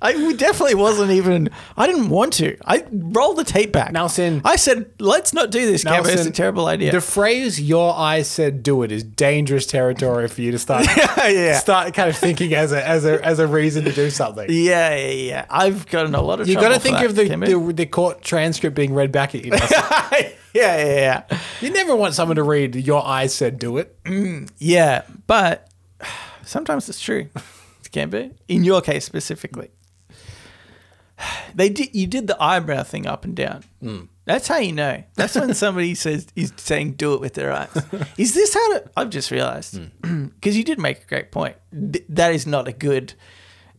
S1: I we definitely wasn't even. I didn't want to. I rolled the tape back.
S2: Nelson.
S1: I said, let's not do this, Cam. It's a
S2: Nelson,
S1: terrible idea.
S2: The phrase "your eyes said do it" is dangerous territory for you to start
S1: yeah.
S2: start kind of thinking as a as a as a reason to do something.
S1: Yeah, yeah, yeah. I've gotten a lot of.
S2: You
S1: trouble
S2: got to
S1: for
S2: think
S1: that,
S2: of the,
S1: Kimbo.
S2: the the court transcript being read back at you.
S1: yeah, yeah, yeah,
S2: you never want someone to read "your eyes said do it."
S1: yeah. But sometimes it's true. It can be. In your case specifically, they did. You did the eyebrow thing up and down. That's how you know. That's when somebody says is saying do it with their eyes. Is this how? To, I've just realised because you did make a great point. Th- that is not a good.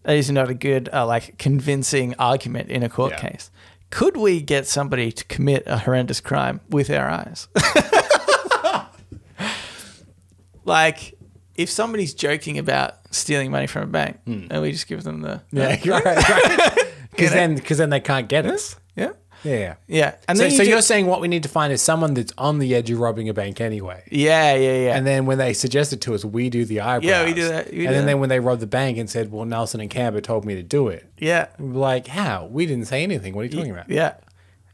S1: That is not a good uh, like convincing argument in a court
S2: Yeah.
S1: case. Could we get somebody to commit a horrendous crime with our eyes? like, if somebody's joking about stealing money from a bank, and we just give them the
S2: Yeah, you're right. right. Because then because then they can't get us.
S1: yeah,
S2: Yeah.
S1: yeah, and
S2: So,
S1: then you
S2: so
S1: do-
S2: you're saying what we need to find is someone that's on the edge of robbing a bank anyway.
S1: yeah, yeah, yeah.
S2: And then when they suggest it to us, we do the eyebrows.
S1: Yeah, we do that. We do
S2: and then,
S1: that.
S2: then when they robbed the bank and said, "Well, Nelson and Camber told me to do it,"
S1: Yeah.
S2: We'd be like, how? We didn't say anything. What are you talking about?
S1: Yeah.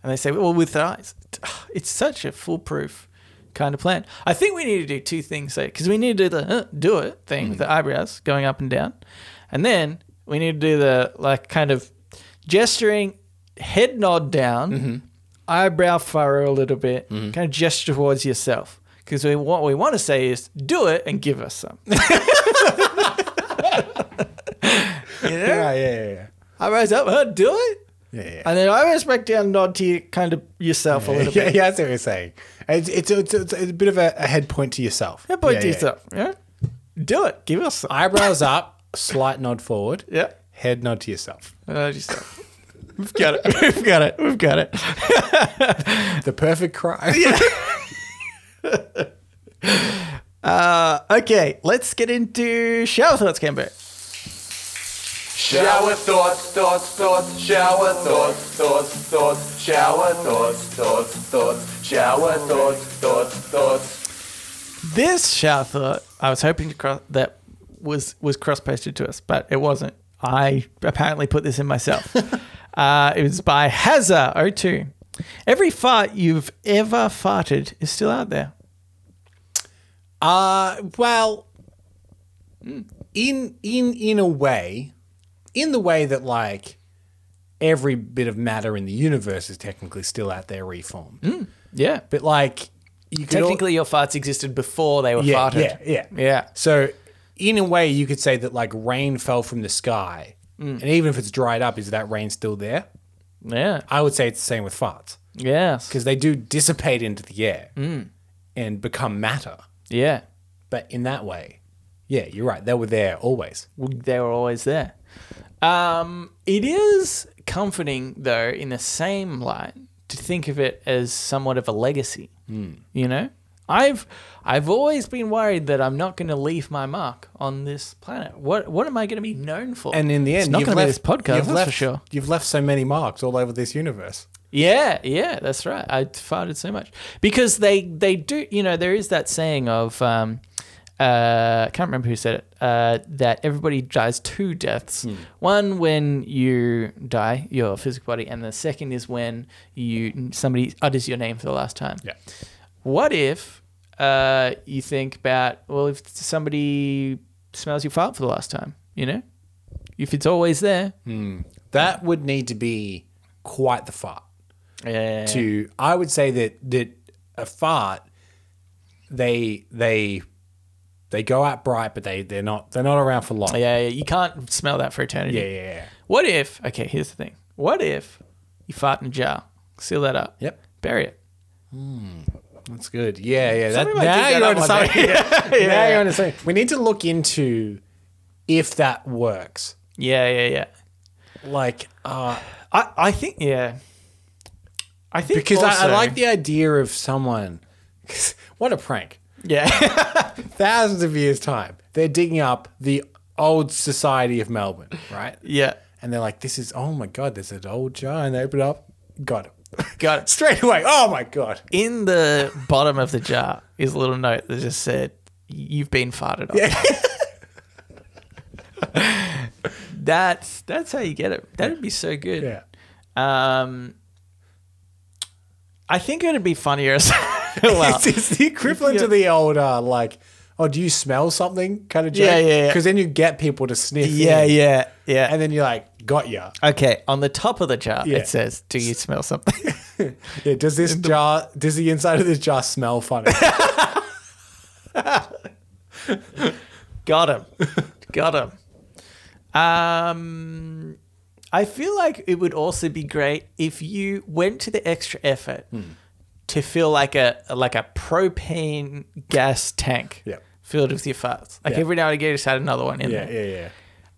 S1: And they say, well, with their eyes. It's such a foolproof kind of plan. I think we need to do two things there because we need to do the uh, do it thing with the
S2: Mm.
S1: eyebrows going up and down. And then we
S2: Mm-hmm.
S1: need to do the like kind of gesturing head nod down, eyebrow furrow a little bit, kind of gesture towards yourself. Because we, what we want to say is, do it and give us some. you know?
S2: Yeah, yeah, yeah,
S1: I rise up, uh, do it.
S2: yeah, yeah.
S1: And then I rise back down, nod to you, kind of yourself a little
S2: yeah,
S1: bit.
S2: yeah, that's what you're saying. It's it's, it's, it's a bit of a, a head point to yourself.
S1: Yeah, boy,
S2: Yeah,
S1: do
S2: yeah.
S1: yourself. Yeah. Do it. Give us some.
S2: Eyebrows up, slight nod forward.
S1: Yeah. Uh,
S2: Head nod to yourself.
S1: Nod yourself. We've got it. We've got it. We've got it.
S2: The perfect crime.
S1: Uh, okay, let's get into shower thoughts, Cambo.
S5: Shower thoughts, thoughts, thoughts, shower thoughts, thoughts, thoughts, shower thoughts, thoughts, thoughts, shower thoughts, thoughts, thoughts.
S1: This shower thought I was hoping to cross that was was cross posted to us, but it wasn't. I apparently put this in myself. uh, it was by Hazza02. Every fart you've ever farted is still out there.
S2: Uh well
S1: Hmm.
S2: in in in a way, in the way that like every bit of matter in the universe is technically still out there reformed.
S1: Yeah.
S2: But like you could al-
S1: Hmm. Technically, your farts existed before they were
S2: yeah,
S1: farted.
S2: yeah, yeah.
S1: Yeah.
S2: So in a way you could say that like rain fell from the sky.
S1: Hmm.
S2: And even if it's dried up, is that rain still there?
S1: Yeah.
S2: I would say it's the same with farts.
S1: Yes.
S2: Because they do dissipate into the air
S1: Hmm.
S2: and become matter.
S1: Yeah.
S2: But in that way, yeah, you're right. They were there always.
S1: they were always there. Um, it is comforting, though, in the same light, to think of it as somewhat of a legacy. You know, I've I've always been worried that I'm not going to leave my mark on this planet. What what am I going to be known for?
S2: And in the end,
S1: it's not
S2: you've
S1: going to
S2: left
S1: be this podcast.
S2: You've
S1: That's
S2: left,
S1: for sure.
S2: You've left so many marks all over this universe.
S1: Yeah, yeah, that's right. I farted so much because they they do. You know, there is that saying of um, uh, I can't remember who said it uh, that everybody dies two deaths. One when you die, your physical body, and the second is when you somebody utters your name for the last time.
S2: Yeah.
S1: What if uh, you think about well, if somebody smells your fart for the last time, you know, if it's always there,
S2: That would need to be quite the fart.
S1: yeah,
S2: To I would say that that a fart, they they they go out bright, but they they're not they're not around for long.
S1: yeah, yeah, you can't smell that for eternity.
S2: yeah, yeah. yeah.
S1: What if, okay, here's the thing. What if you fart in a jar, seal that up,
S2: Yep.
S1: bury it?
S2: That's good. Yeah, yeah. That,
S1: Somebody might
S2: now
S1: dig that
S2: you're
S1: up
S2: onto
S1: one day.
S2: something.
S1: Yeah,
S2: now
S1: yeah.
S2: you're onto something. We need to look into if that works.
S1: Yeah, yeah, yeah.
S2: Like, uh,
S1: I, I think, yeah. I think
S2: because I, I
S1: also-
S2: like the idea of someone. what a prank!
S1: Yeah.
S2: Thousands of years time, they're digging up the old society of Melbourne, right?
S1: yeah.
S2: And they're like, "This is oh my god, there's an old jar." And they open it up, got it
S1: Got it.
S2: straight away. Oh my god!
S1: In the bottom of the jar is a little note that just said, you've been farted on. that's, that's how you get it. That would be so good.
S2: Yeah.
S1: Um, I think it would be funnier as well.
S2: It's, it's the equivalent to the old uh, like, oh, do you smell something kind of joke?
S1: Yeah, yeah, yeah.
S2: Because then you get people to sniff.
S1: Yeah,
S2: in,
S1: yeah, yeah.
S2: And then you're like, got ya.
S1: Okay, on the top of the jar,
S2: Yeah.
S1: it says, "Do you smell something?"
S2: Yeah, does this jar, does the inside of this jar smell funny?
S1: Got him. Got him. Um, I feel like it would also be great if you went to the extra effort
S2: Hmm.
S1: to fill like a like a propane gas tank
S2: Yeah.
S1: filled with your farts. Like
S2: Yeah.
S1: every now and again, just had another one in
S2: yeah,
S1: there.
S2: yeah, yeah.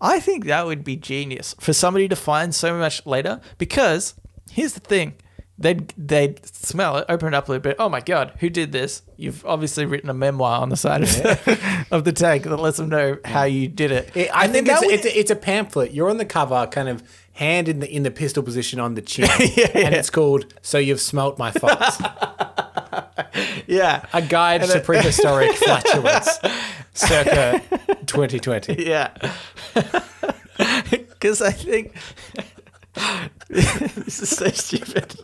S1: I think that would be genius for somebody to find so much later. Because here's the thing, they'd they'd smell it, open it up a little bit. Oh my god, who did this? You've obviously written a memoir on the side of the, of the tank that lets them know how you did it.
S2: It- I
S1: And then
S2: think it's,
S1: that would-
S2: it's, a, it's a pamphlet. You're on the cover, kind of hand in the in the pistol position on the chin, and it's called "So You've Smelt My Farts:
S1: yeah,
S2: A Guide to Prehistoric Flatulence, circa 2020."
S1: yeah. Because I think this is so stupid.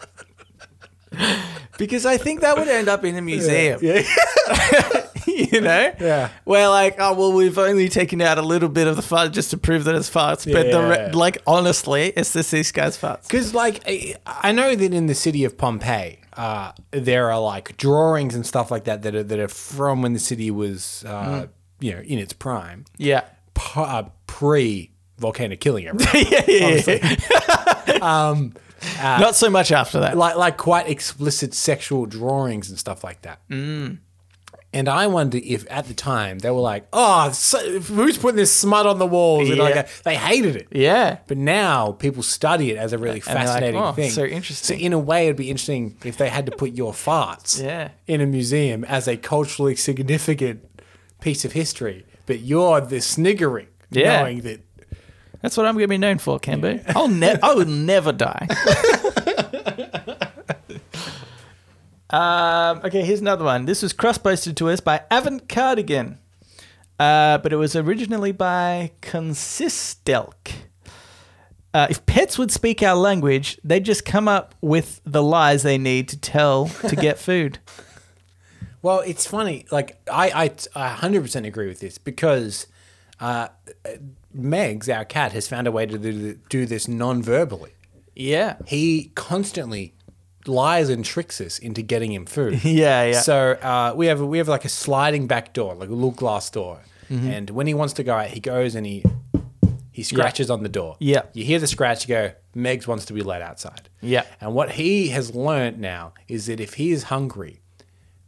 S1: Because I think that would end up in a museum.
S2: Yeah.
S1: you know?
S2: Yeah.
S1: Where like, oh well, we've only taken out a little bit of the fart just to prove that it's farts, but the
S2: Yeah.
S1: re- like honestly, it's just these guys' farts.
S2: Because, like, I I know that in the city of Pompeii, uh, there are like drawings and stuff like that that are, that are from when the city was, uh, you know, in its prime,
S1: Yeah.
S2: p- uh, pre volcano killing everything.
S1: yeah, yeah, yeah.
S2: Um, uh,
S1: Not so much after that.
S2: like like quite explicit sexual drawings and stuff like that.
S1: Mm.
S2: And I wonder if at the time they were like, "Oh, so, who's putting this smut on the walls?" And like
S1: Yeah.
S2: that. they hated it.
S1: yeah.
S2: But now people study it as a really
S1: they're like,
S2: fascinating
S1: "Oh,
S2: thing.
S1: so interesting."
S2: So in a way, it'd be interesting if they had to put your farts
S1: Yeah.
S2: in a museum as a culturally significant piece of history. But you're the sniggering,
S1: Yeah.
S2: knowing that
S1: That's what I'm going to be known for, Cambo. I'll ne- I would never die. um, okay, here's another one. This was cross-posted to us by Avant Cardigan, uh, but it was originally by Consistelk. Uh, if pets would speak our language, they'd just come up with the lies they need to tell to get food.
S2: Well, it's funny. Like I, I, I 100% agree with this because uh, Megs, our cat, has found a way to do, do this non-verbally.
S1: Yeah.
S2: He constantly lies and tricks us into getting him food.
S1: Yeah, yeah.
S2: So uh, we have we have like a sliding back door, like a little glass door,
S1: Mm-hmm.
S2: and when he wants to go out, he goes and he he scratches on the door.
S1: Yeah.
S2: You hear the scratch, you go, Megs wants to be let outside.
S1: Yeah.
S2: And what he has learned now is that if he is hungry,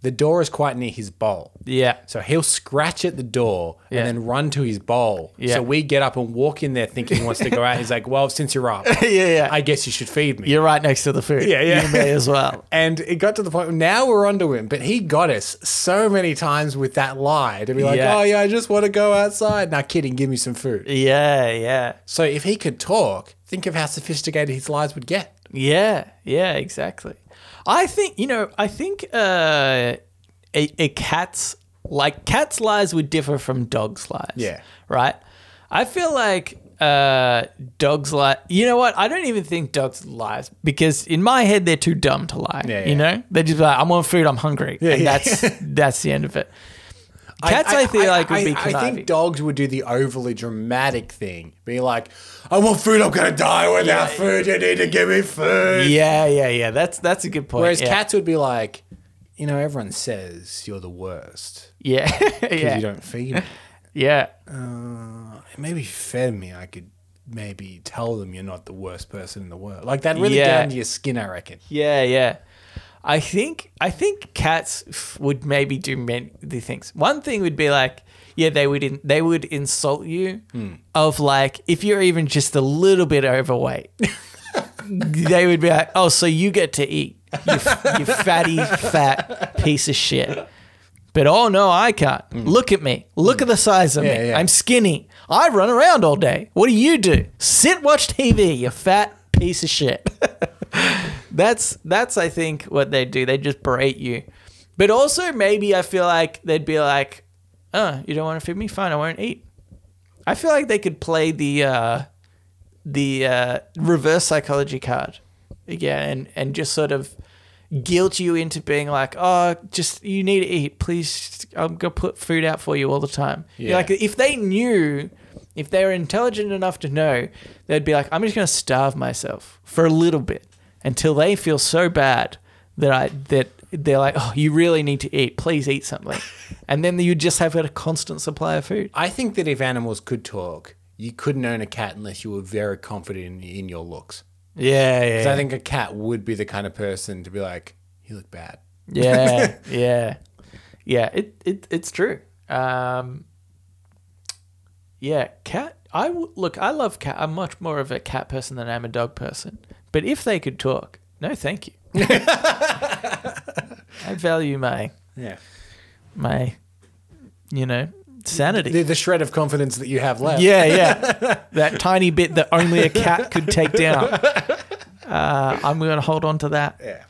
S2: the door is quite near his bowl.
S1: Yeah.
S2: So he'll scratch at the door
S1: Yeah.
S2: and then run to his bowl.
S1: Yeah.
S2: So we get up and walk in there thinking he wants to go out. He's like, Well, since you're up,
S1: Yeah, yeah.
S2: I guess you should feed me.
S1: You're right next to the food.
S2: Yeah, yeah.
S1: You may as well.
S2: And it got to the point now we're onto him, but he got us so many times with that lie to be like,
S1: Yeah.
S2: Oh yeah, I just want to go outside. Now kidding, give me some food.
S1: Yeah, yeah.
S2: So if he could talk, think of how sophisticated his lies would get.
S1: Yeah, yeah, exactly. I think you know. I think uh, a, a cat's like cats' lies would differ from dogs' lies.
S2: Yeah.
S1: Right. I feel like uh, dogs lie. You know what? I don't even think dogs lies because in my head they're too dumb to lie.
S2: Yeah, yeah.
S1: You know, they just be like, "I'm on food. I'm hungry," and
S2: yeah.
S1: that's that's the end of it. Cats, I, feel like would be
S2: I, I
S1: conniving.
S2: think dogs would do the overly dramatic thing, be like, "I want food. I'm gonna die without food. You need to give me food."
S1: yeah, yeah, yeah. That's that's a good point.
S2: Whereas
S1: yeah.
S2: cats would be like, "You know, everyone says you're the worst
S1: yeah,
S2: because
S1: yeah,
S2: you don't feed me.
S1: yeah.
S2: Maybe if you fed me. I could maybe tell them you're not the worst person in the world. Like that really
S1: Yeah.
S2: get under your skin, I reckon.
S1: Yeah, yeah. I think I think cats f- would maybe do many things. One thing would be like, yeah, they would in, they would insult you of like if you're even just a little bit overweight. they would be like, "Oh, so you get to eat, you, f- you fatty fat piece of shit." But oh no, I can't. Look at me. Look at the size of me.
S2: Mm. yeah.
S1: I'm skinny. I run around all day. What do you do? Sit watch TV, you fat piece of shit. That's that's I think what they do. They just berate you. But also maybe I feel like they'd be like, "Oh, you don't want to feed me? Fine, I won't eat." I feel like they could play the uh, the uh, reverse psychology card again, and and just sort of guilt you into being like, "Oh, just you need to eat, please. I'm gonna put food out for you all the time." You're
S2: Yeah.
S1: Like if they knew. If they were intelligent enough to know, they'd be like, I'm just going to starve myself for a little bit until they feel so bad that I that they're like, oh, you really need to eat. Please eat something. and then you just have a constant supply of food.
S2: I think that if animals could talk, you couldn't own a cat unless you were very confident in, in your looks.
S1: Yeah, yeah.
S2: 'Cause I think a cat would be the kind of person to be like, "You look bad."
S1: Yeah, yeah, yeah. It, it it's true. Um, yeah, cat. I w- look. I love cat. I'm much more of a cat person than I'm a dog person. But if they could talk, no, thank you. I value my
S2: Yeah.
S1: my, you know, sanity.
S2: The, the shred of confidence that you have left.
S1: Yeah, yeah. that tiny bit that only a cat could take down. Uh, I'm going to hold on to that.
S2: Yeah.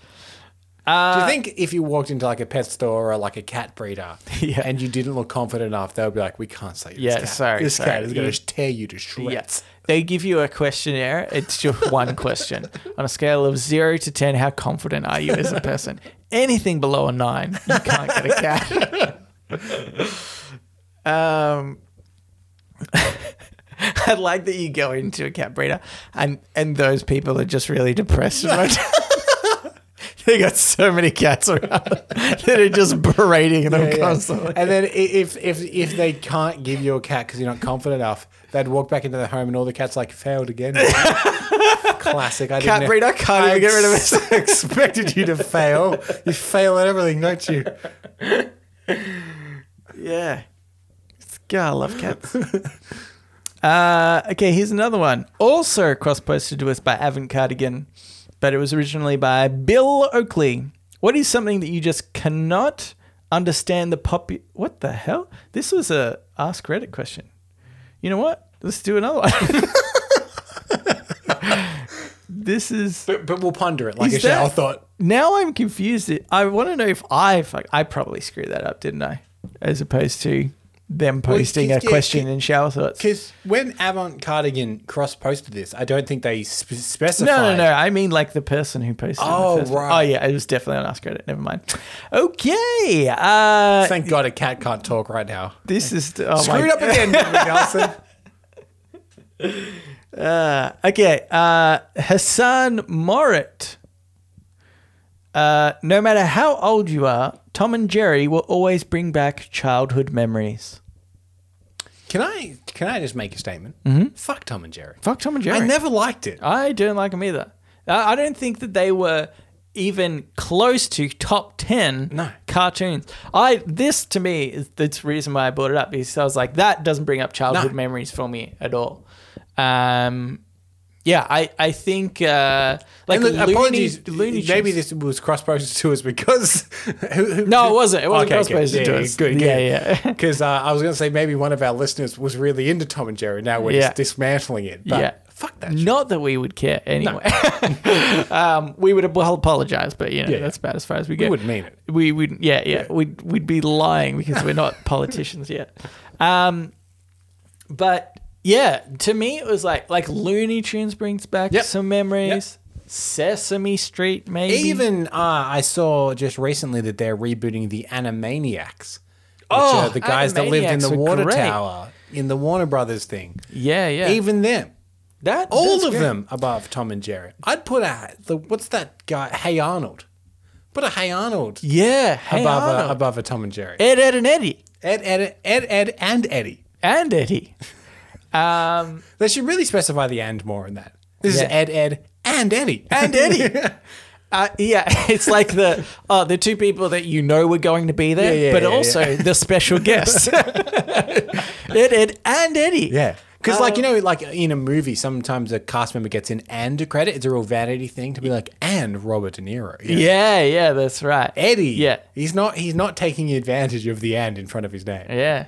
S1: Uh,
S2: Do you think if you walked into like a pet store or like a cat breeder
S1: Yeah.
S2: and you didn't look confident enough, they would be like, "We can't sell you this
S1: Yeah,
S2: cat.
S1: sorry,
S2: this cat
S1: sorry.
S2: is going
S1: You-
S2: to tear you to shreds."
S1: Yeah. They give you a questionnaire. It's just one question. On a scale of zero to 10, how confident are you as a person? Anything below a nine, you can't get a cat. Um, I like that you go into a cat breeder, and and those people are just really depressed. About they got so many cats around that are just berating them
S2: Yeah, yeah.
S1: constantly.
S2: And then i- if if if they can't give you a cat because you're not confident enough, they'd walk back into the home and all the cats like failed again. Classic. I
S1: Cat
S2: didn't
S1: breeder, can't even get rid of it.
S2: I expected you to fail. You fail at everything, don't you?
S1: Yeah. God, I love cats. uh, okay, here's another one. Also cross posted to us by Avant Cardigan, but it was originally by Bill Oakley. What is something that you just cannot understand the pop? What the hell? This was a Ask Reddit question. You know what? Let's do another one. this is
S2: But, but we'll ponder it like
S1: Is
S2: a shower
S1: that-
S2: thought.
S1: now I'm confused. I want to know if I fuck, I probably screwed that up, didn't I? As opposed to them
S2: you
S1: posting
S2: keep-
S1: a
S2: yeah,
S1: question
S2: keep-
S1: in shower thoughts.
S2: Because when Avant Cardigan cross posted this, I don't think they sp- specified.
S1: No, no, no. I mean like the person who posted.
S2: Oh,
S1: the first one.
S2: right.
S1: Oh, yeah. It was definitely on Ask Reddit. Never mind. Okay. Uh,
S2: Thank God a cat can't talk right now.
S1: this is oh
S2: Screwed
S1: my
S2: up again, Nick Nelson.
S1: Okay, uh, Hassan Morit. Uh, no matter how old you are, Tom and Jerry will always bring back childhood memories.
S2: Can I can I just make a statement? Mm-hmm. Fuck Tom and Jerry.
S1: Fuck Tom and Jerry.
S2: I never liked it.
S1: I don't like them either. I I don't think that they were even close to top 10
S2: No.
S1: cartoons. I this to me is that's the reason why I brought it up because I was like that doesn't bring up childhood
S2: No.
S1: memories for me at all. Um yeah, I I think uh like
S2: And look,
S1: Looney,
S2: apologies.
S1: Looney
S2: maybe
S1: Tunes-
S2: this was cross posted to us because who, who,
S1: No, it wasn't. It wasn't cross-posted to
S2: good. Yeah,
S1: us.
S2: Good,
S1: Yeah, yeah.
S2: Because uh, I was going to say maybe one of our listeners was really into Tom and Jerry. Now we're
S1: Yeah.
S2: just dismantling it. But
S1: Yeah.
S2: Fuck that. shit.
S1: not that we would care anyway. um, we would well, apologize, but you know
S2: Yeah, yeah.
S1: that's about as far as we go.
S2: wouldn't mean it.
S1: We would, yeah, yeah, We'd we'd be lying because we're not politicians yet. Um, but yeah, to me it was like like Looney Tunes brings back
S2: Yep.
S1: some memories. Sesame Street, maybe.
S2: Even uh, I saw just recently that they're rebooting the Animaniacs. Which
S1: Oh,
S2: are the guys that lived in
S1: Animaniacs
S2: the
S1: were
S2: water
S1: great.
S2: tower in the Warner Brothers thing.
S1: yeah, yeah.
S2: Even them.
S1: that
S2: all
S1: that's
S2: of
S1: great.
S2: them above Tom and Jerry. I'd put a the what's that guy? Hey Arnold. Put a Hey Arnold
S1: Yeah, hey,
S2: above uh,
S1: Arnold.
S2: A, above a Tom and Jerry.
S1: Ed, Ed, and Eddie,
S2: Ed, Ed, Ed, Ed, and Eddie.
S1: and Eddie.
S2: They should really specify the and more in that. This
S1: Yeah.
S2: is Ed, Ed, and Eddie.
S1: and Eddie. Uh, yeah, it's like the uh, the two people that you know were going to be there,
S2: Yeah, yeah,
S1: but
S2: yeah,
S1: also the special guests, Ed, Ed, and Eddie.
S2: yeah. Uh, Because, like, you know, like in a movie, sometimes a cast member gets an and a credit. It's a real vanity thing to be like, and Robert De Niro. You know?
S1: yeah, yeah, that's right.
S2: Eddie.
S1: Yeah,
S2: He's not he's not taking advantage of the and in front of his name.
S1: yeah.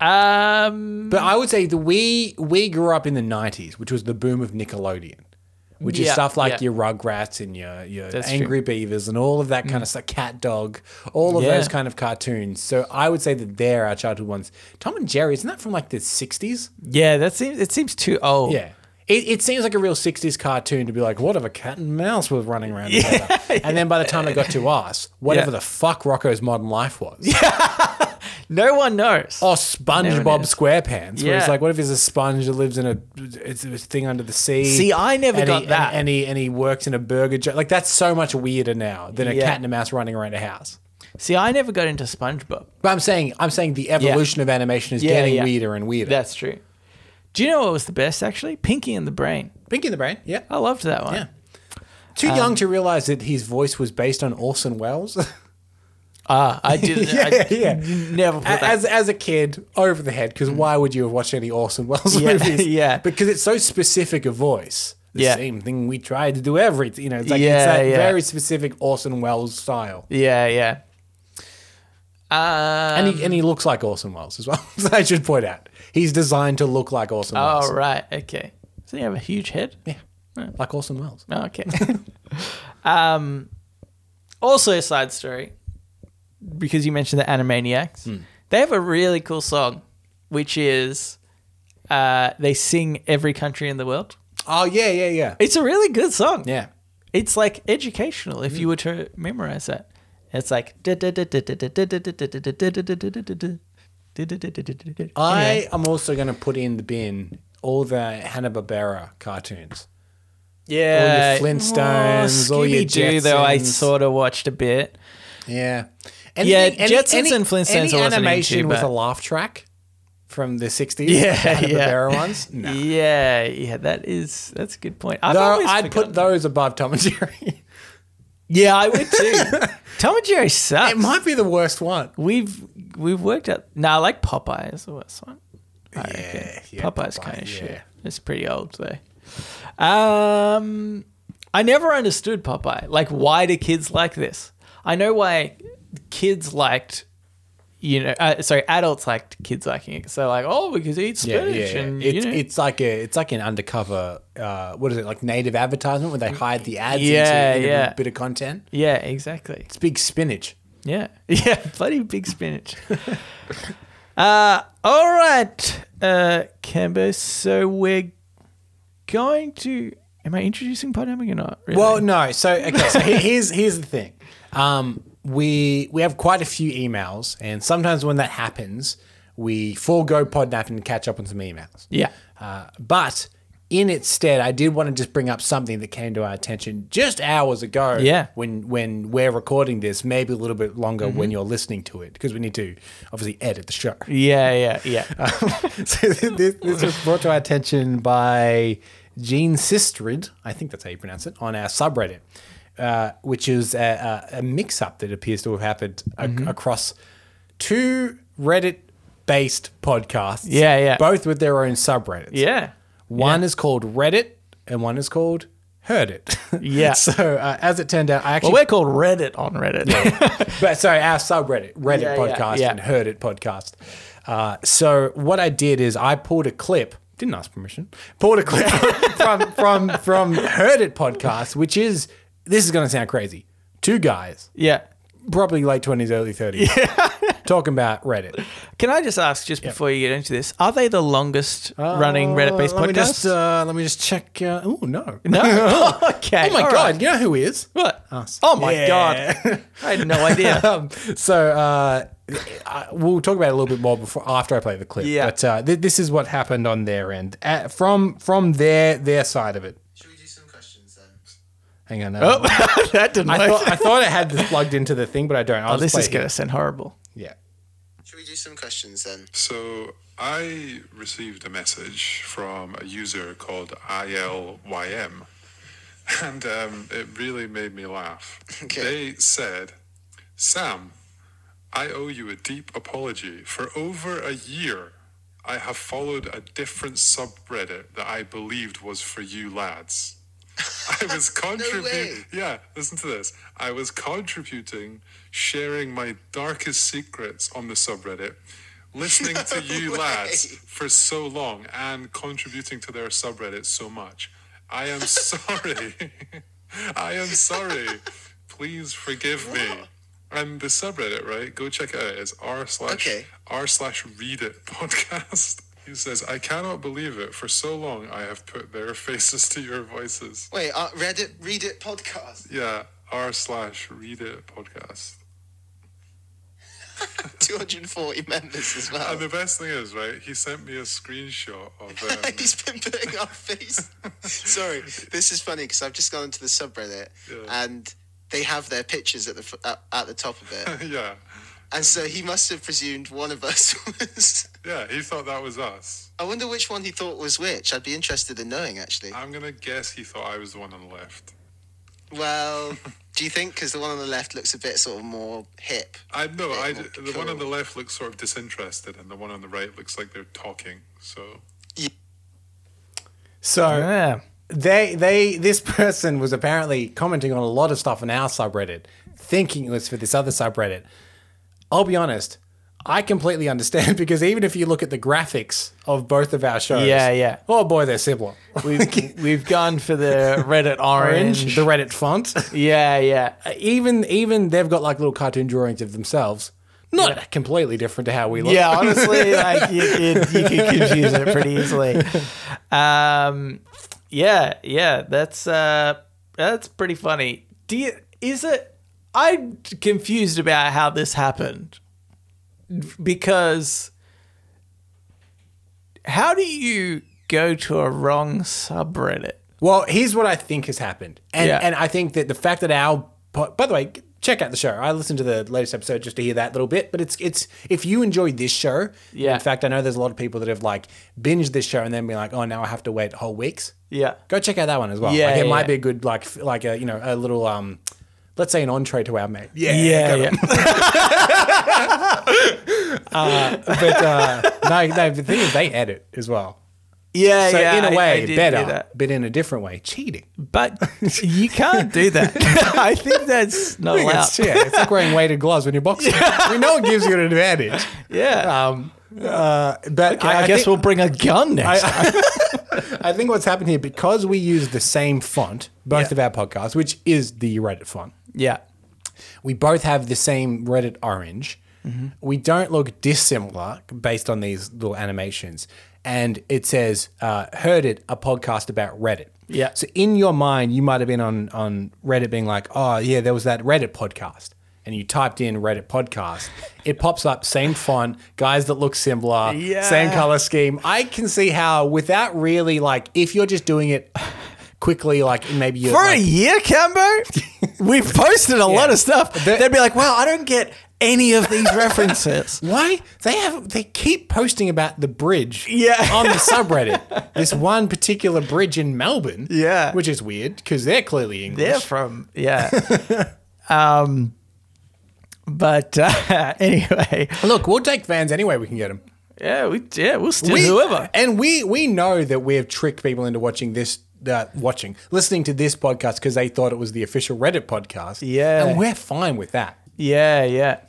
S1: Um,
S2: But I would say the we we grew up in the '90s, which was the boom of Nickelodeon, which is
S1: Yeah,
S2: stuff like
S1: yeah.
S2: your Rugrats and your your
S1: That's Mm.
S2: Angry Beavers and all of that kind of stuff, Cat Dog, all of
S1: Yeah.
S2: those kind of cartoons. So I would say that they're our childhood ones. Tom and Jerry isn't that from like the '60s?
S1: yeah, that seems it seems too old.
S2: Yeah. It, it seems like a real '60s cartoon to be like, what if a cat and mouse was running around together? And then by the time it got to us, whatever
S1: Yeah.
S2: the fuck Rocco's Modern Life was,
S1: no one knows.
S2: Oh,
S1: Never knew.
S2: SpongeBob SquarePants, where
S1: Yeah.
S2: it's like, what if there's a sponge that lives in a it's a thing under the sea?
S1: See, I never
S2: and
S1: got
S2: he,
S1: that.
S2: And, and he and he works in a burger joint. Like that's so much weirder now than a
S1: Yeah.
S2: cat and a mouse running around a house.
S1: See, I never got into SpongeBob.
S2: But I'm saying I'm saying the evolution of animation is
S1: Yeah,
S2: getting
S1: yeah.
S2: weirder and weirder.
S1: That's true. Do you know what was the best actually? Pinky and the Brain.
S2: Pinky in the Brain, yeah,
S1: I loved that one.
S2: yeah. Too
S1: Um,
S2: young to realize that his voice was based on Orson Welles.
S1: Ah, I didn't.
S2: Yeah,
S1: I
S2: yeah. Uh,
S1: Never. Put that. Mm.
S2: as as a kid, over the head because why would you have watched any Orson Welles
S1: Yeah,
S2: movies?
S1: yeah.
S2: because it's so specific a voice. The
S1: Yeah.
S2: same thing we tried to do every, you know, it's like it's
S1: Yeah,
S2: that
S1: yeah.
S2: very specific Orson Welles style,
S1: yeah, yeah. Uh,
S2: and he and he looks like Orson Welles as well. so I should point out he's designed to look like Orson Welles,
S1: Oh, right. Okay. So you have a huge head?
S2: yeah, like Orson Welles.
S1: Oh, okay. um, also, a side story because you mentioned the Animaniacs, they have a really cool song, which is uh, they sing every country in the world.
S2: Oh yeah, yeah, yeah,
S1: It's a really good song.
S2: yeah.
S1: It's like educational if you were to memorize that. It's like I
S2: I am also going to put in the bin all the Hanna Barbera cartoons.
S1: yeah Oh,
S2: all your Flintstones, all your
S1: Scooby-Doo, though I
S2: Jetsons.
S1: sort of watched a bit.
S2: Yeah,
S1: Yeah, Jetsons and Flintstones
S2: Any
S1: I wasn't
S2: animation
S1: into,
S2: with
S1: but-
S2: a laugh track from the '60s.
S1: Yeah,
S2: Hanna
S1: yeah.
S2: Barbera ones. No,
S1: Yeah, yeah, that is that's a good point. I've
S2: Though
S1: always
S2: I'd put
S1: forgotten.
S2: those above Tom and Jerry.
S1: yeah, I would too. Tom and Jerry sucks.
S2: it might be the worst one.
S1: We've we've worked out. Nah, I like Popeye is the worst one. I
S2: Yeah,
S1: reckon.
S2: yeah,
S1: Popeye's
S2: Popeye,
S1: kind of
S2: yeah.
S1: shit. It's pretty old though. Um, I never understood Popeye. Like, why do kids like this? I know why kids liked. You know, uh, sorry, adults liked kids liking it. So like, oh, because he eats
S2: Yeah,
S1: spinach
S2: yeah, yeah.
S1: and
S2: It's,
S1: you know.
S2: it's like a it's like an undercover. Uh, what is it like native advertisement where they hide the ads?
S1: Mm. Yeah,
S2: into, into
S1: yeah.
S2: A bit of content.
S1: yeah, exactly.
S2: It's big spinach.
S1: Yeah. Yeah. Bloody big spinach. uh, all right, uh, Cambo. So we're going to. Am I introducing Podemic or not? Really?
S2: Well, no. So okay. So he- here's here's the thing. Um, we we have quite a few emails, and sometimes when that happens, we forego Podnap and catch up on some emails.
S1: yeah.
S2: Uh, but in its stead, I did want to just bring up something that came to our attention just hours ago.
S1: Yeah.
S2: When when we're recording this, maybe a little bit longer
S1: Mm-hmm.
S2: when you're listening to it, because we need to obviously edit the show.
S1: Yeah. Yeah. Yeah.
S2: so this, this was brought to our attention by Gene Sistrid, I think that's how you pronounce it, on our subreddit, uh, which is a, a, a mix-up that appears to have happened a-
S1: Mm-hmm.
S2: across two Reddit-based podcasts.
S1: Yeah, yeah.
S2: Both with their own subreddits.
S1: yeah.
S2: One is called Reddit, and one is called Heard It.
S1: Yeah.
S2: so uh, as it turned out, I actually
S1: Well, we're called Reddit on Reddit.
S2: but sorry, our subreddit, Reddit
S1: Yeah, yeah,
S2: podcast
S1: yeah.
S2: and Heard It podcast. Uh, so what I did is I pulled a clip. Didn't ask permission. Pulled a clip from from from Heard It podcast, which is this is going to sound crazy. Two guys,
S1: yeah.
S2: probably late twenties, early thirties, talking about Reddit.
S1: Can I just ask, just before you get into this, are they the longest running Reddit-based
S2: Uh, let
S1: podcast?
S2: Me just, uh, let me just check. Uh, oh no.
S1: no. okay.
S2: Oh my
S1: all
S2: god!
S1: right.
S2: You know who he is?
S1: What? Oh my
S2: Yeah.
S1: god. I had no idea.
S2: um, so uh, I, we'll talk about it a little bit more before after I play the clip.
S1: Yeah.
S2: But uh, th- this is what happened on their end uh, from from their their side of it.
S6: Should we do some questions then?
S2: Hang on.
S1: oh,
S2: uh,
S1: that didn't
S2: I
S1: work.
S2: thought I thought I had this plugged into the thing, but I don't. I'll
S1: oh, this is
S2: just play
S1: going to sound horrible.
S2: it. Yeah.
S6: Should we do some questions then?
S7: So I received a message from a user called ILYM, and um, it really made me laugh.
S6: Okay.
S7: They said, Sam, I owe you a deep apology. For over a year, I have followed a different subreddit that I believed was for you lads. I was contributing.
S6: way.
S7: yeah, listen to this. I was contributing, sharing my darkest secrets on the subreddit, listening to you
S6: way.
S7: lads for so long and contributing to their subreddit so much. I am sorry. I am sorry. Please forgive me. And the subreddit, right? Go check it out. It's r slash
S6: Okay.
S7: r slash read it podcast. He says, I cannot believe it. For so long, I have put their faces to your voices.
S6: Wait, uh, Reddit, read it podcast.
S7: Yeah, r slash read it podcast.
S6: 240 members as well.
S7: And the best thing is, right? He sent me a screenshot of. Um,
S6: He's been putting our face. Sorry, this is funny because I've just gone into the subreddit
S7: Yeah.
S6: and they have their pictures at the f- at, at the top of it,
S7: yeah,
S6: and so he must have presumed one of us was.
S7: yeah. He thought that was us.
S6: I wonder which one he thought was which. I'd be interested in knowing actually.
S7: I'm gonna guess he thought I was the one on the left.
S6: Well, do you think because the one on the left looks a bit sort of more hip?
S7: I know.
S6: Bit
S7: I
S6: more
S7: the one on the
S6: cool.
S7: left looks sort of disinterested, and the one on the right looks like they're talking. So
S2: So
S1: Yeah.
S2: they they this person was apparently commenting on a lot of stuff on our subreddit, thinking it was for this other subreddit. I'll be honest, I completely understand because even if you look at the graphics of both of our shows,
S1: Yeah, yeah.
S2: oh boy, they're similar.
S1: We've, we've gone for the Reddit orange.
S2: the Reddit font.
S1: yeah, yeah.
S2: even even they've got like little cartoon drawings of themselves. Not completely different to how we look.
S1: Yeah, honestly, like you, you, you can confuse it pretty easily. Um, yeah, yeah, that's uh, that's pretty funny. Do you, is it? I'm confused about how this happened because how do you go to a wrong subreddit?
S2: Well, here's what I think has happened, and
S1: Yeah.
S2: and I think that the fact that our po- by the way, check out the show. I listened to the latest episode just to hear that little bit, but it's it's if you enjoy this show,
S1: Yeah.
S2: In fact, I know there's a lot of people that have like binged this show and then been like, oh, now I have to wait whole weeks.
S1: Yeah.
S2: Go check out that one as well.
S1: Yeah,
S2: like, it
S1: yeah,
S2: might
S1: yeah.
S2: be a good like f- like a you know a little um, let's say an entree to our mate.
S1: Yeah, yeah.
S2: but uh, no, no, the thing is they edit as well.
S1: Yeah,
S2: So
S1: yeah.
S2: in
S1: I-
S2: a
S1: I
S2: way,
S1: did do
S2: better,
S1: that.
S2: but in a different way, cheating.
S1: But you can't do that. I think that's not
S2: I think
S1: allowed.
S2: It's, yeah, it's like wearing weighted gloves when you're boxing. we know it gives you an advantage.
S1: Yeah.
S2: Um, uh, but
S1: I, guess
S2: think,
S1: we'll bring a gun next.
S2: I think what's happened here because we use the same font, both
S1: Yeah.
S2: of our podcasts, which is the Reddit font.
S1: yeah.
S2: We both have the same Reddit orange.
S1: Mm-hmm.
S2: We don't look dissimilar based on these little animations. And it says, uh, "Heard it, a podcast about Reddit."
S1: Yeah.
S2: So in your mind, you might have been on on Reddit, being like, "Oh yeah, there was that Reddit podcast," and you typed in Reddit podcast. it pops up, same font, guys that look similar, same
S1: Yeah.
S2: color scheme. I can see how, without really like, if you're just doing it quickly, like maybe you're
S1: For
S2: like,
S1: a year, Cambo, we've posted a lot of stuff. They'd be like, wow, I don't get any of these references.
S2: Why they have they keep posting about the bridge
S1: Yeah.
S2: on the subreddit. this one particular bridge in Melbourne.
S1: Yeah.
S2: Which is weird because they're clearly English.
S1: They're from yeah. um, but uh, anyway,
S2: Look, we'll take fans anyway we can get them.
S1: yeah, we yeah we'll steal whoever.
S2: And we we know that we've tricked people into watching this uh, watching listening to this podcast because they thought it was the official Reddit podcast.
S1: Yeah.
S2: And we're fine with that.
S1: Yeah, yeah.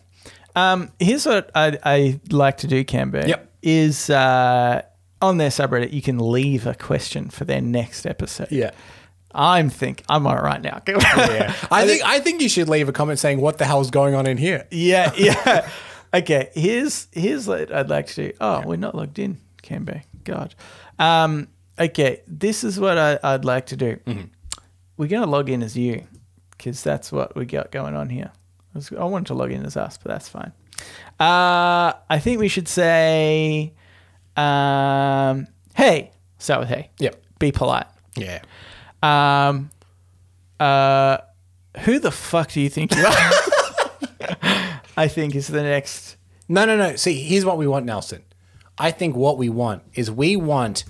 S1: Um, here's what I I like to do, Camber.
S2: Yep.
S1: Is uh, on their subreddit you can leave a question for their next episode. I'm think I'm all right now.
S2: Yeah. I think I think you should leave a comment saying what the hell's going on in here.
S1: Yeah, yeah. okay, here's here's what I'd like to do. Oh, we're not logged in, Cambo. God. Um, okay, this is what I, I'd like to do. We're gonna log in as you, because that's what we got going on here. I, was, I wanted to log in as us, but that's fine. Uh, I think we should say, um, hey. Start with hey.
S2: Yep.
S1: Be polite.
S2: Yeah.
S1: Um, uh, who the fuck do you think you are? I think is the next.
S2: No, no, no. See, here's what we want, Nelson. I think what we want is we want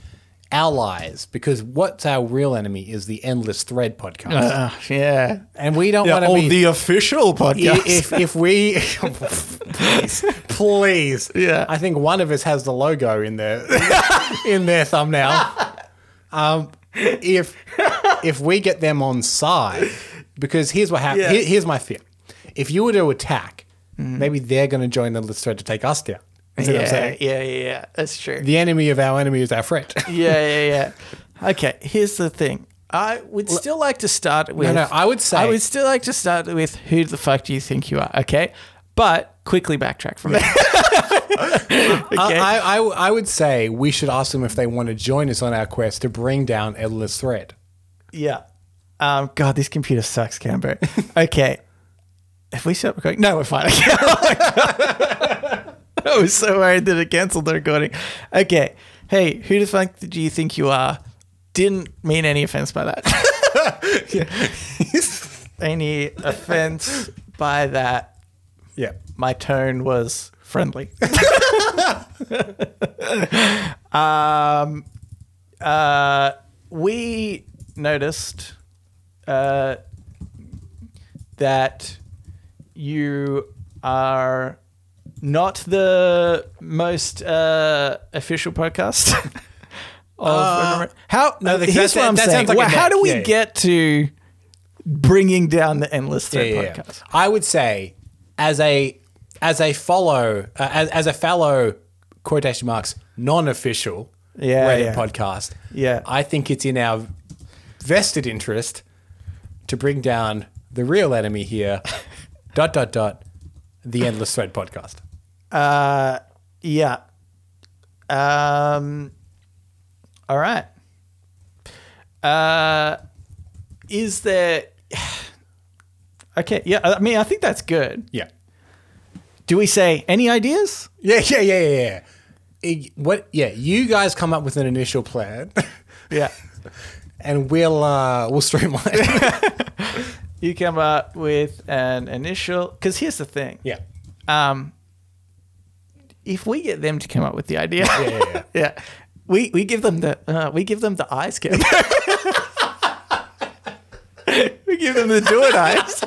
S2: allies because what's our real enemy is the Endless Thread podcast.
S1: uh, yeah.
S2: and we don't want to be.
S1: official
S2: i- if, if we. please. Please.
S1: Yeah.
S2: I think one of us has the logo in their, in their thumbnail. Um, if, if we get them on side, because here's what happens.
S1: Yeah.
S2: here's my fear. If you were to attack, maybe they're going to join the Endless Thread to take us down. Is what I'm saying?
S1: yeah, yeah, yeah, yeah. That's true.
S2: the enemy of our enemy is our friend.
S1: yeah, yeah, yeah. Okay, here's the thing. I would still like to start with.
S2: no, I would say-
S1: I would still like to start with who the fuck do you think you are? Okay, but quickly backtrack from there.
S2: I, I, I, I would say we should ask them if they want to join us on our quest to bring down Endless Thread.
S1: Yeah. Um, God, this computer sucks, Camber. okay. Have we stopped recording? No, we're fine. Oh I was so worried that it cancelled the recording. Okay. Hey, who the fuck do you think you are? Didn't mean any offense by that. any offense by that.
S2: Yeah.
S1: My tone was friendly. um, uh, we noticed uh, that you are not the most uh, official podcast. Of
S2: Uh,
S1: how no,
S2: that-
S1: here's
S2: that-
S1: what I'm
S2: that
S1: saying.
S2: sounds like a
S1: Well, how
S2: net.
S1: do we
S2: Yeah, yeah.
S1: get to bringing down the endless
S2: Yeah,
S1: thread
S2: yeah, yeah.
S1: podcast?
S2: I would say as a as a follow uh, as, as a fellow quotation marks non-official
S1: Yeah,
S2: Reddit
S1: yeah.
S2: podcast.
S1: Yeah.
S2: I think it's in our vested interest to bring down the real enemy here. dot dot dot. The Endless Thread podcast.
S1: Uh, yeah. Um. All right. Uh, is there? Okay. Yeah. I mean, I think that's good.
S2: Yeah.
S1: Do we say any ideas?
S2: Yeah, yeah, yeah, yeah, yeah. It- what? Yeah, you guys come up with an initial plan,
S1: Yeah.
S2: and we'll uh, we'll streamline. it.
S1: You come up with an initial. Because here's the thing.
S2: yeah.
S1: Um, if we get them to come up with the idea, yeah,
S2: yeah, yeah.
S1: we we give them the uh, we give them the eyes game. we give them the do it eyes.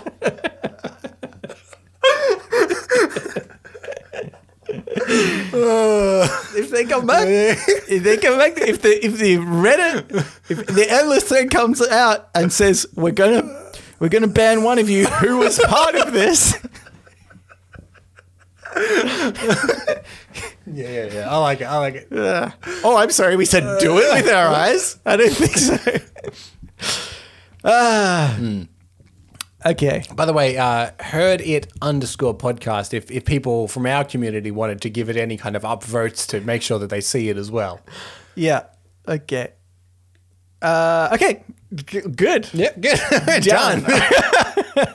S1: if they come back, if they come back, if the if the Reddit, if the endless thread comes out and says we're gonna we're gonna ban one of you who was part of this.
S2: Yeah, yeah, yeah. I like it. I like it.
S1: Oh, I'm sorry. We said do it with our eyes. I don't think so. Ah.
S2: Hmm.
S1: Okay.
S2: By the way, uh, heard it underscore podcast. If, if people from our community wanted to give it any kind of upvotes to make sure that they see it as well.
S1: Yeah. Okay. Uh, okay. G- good. Uh,
S2: Yep, good.
S1: Done.
S2: Done.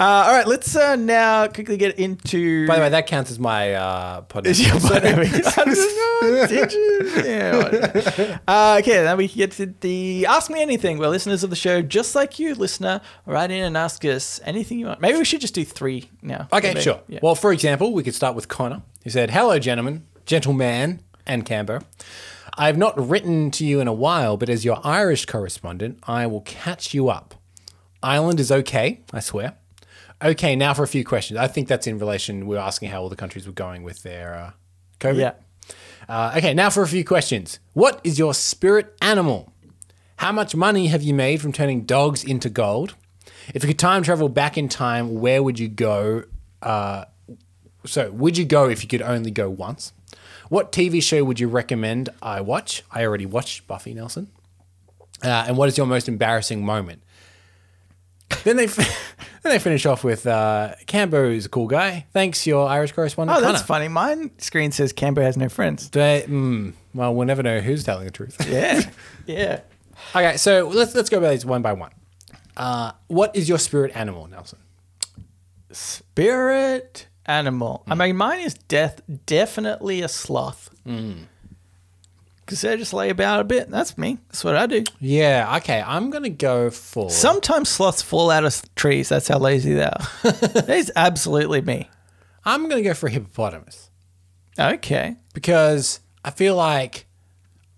S1: Uh, all right. Let's uh, now quickly get into.
S2: By the way, that counts as my uh,
S1: Is your
S2: podcast.
S1: butt- Did you? Yeah, whatever. Uh, okay, then we can get to the ask me anything. We're listeners of the show, just like you, listener. Write in and ask us anything you want. Maybe we should just do three now.
S2: Okay,
S1: Maybe.
S2: sure.
S1: Yeah.
S2: Well, for example, we could start with Connor. He said, Hello, gentlemen, gentleman, and Cambo. I have not written to you in a while, but as your Irish correspondent, I will catch you up. Ireland is okay, I swear. Okay, now for a few questions. I think that's in relation, we were asking how all the countries were going with their uh, COVID.
S1: yeah.
S2: Uh, okay, now for a few questions. What is your spirit animal? How much money have you made from turning dogs into gold? If you could time travel back in time, where would you go? Uh, so, would you go if you could only go once? What TV show would you recommend I watch? I already watched Buffy Nelson. Uh, and what is your most embarrassing moment? then they f- then they finish off with uh, Cambo is a cool guy. Thanks, your Irish correspondent.
S1: Oh, that's
S2: Connor.
S1: funny. Mine screen says Canberra has no friends.
S2: They, mm, well, we'll never know who's telling the truth.
S1: Yeah. yeah.
S2: Okay, so let's let's go about these one by one. Uh, what is your spirit animal, Nelson?
S1: Spirit animal. I mean, mine is death. Definitely a sloth. Because they just lay about a bit. That's me. That's what I do.
S2: Yeah, okay, I'm gonna go for
S1: Sometimes sloths fall out of s- trees. That's how lazy they are. that is absolutely me.
S2: I'm gonna go for hippopotamus
S1: Okay.
S2: because I feel like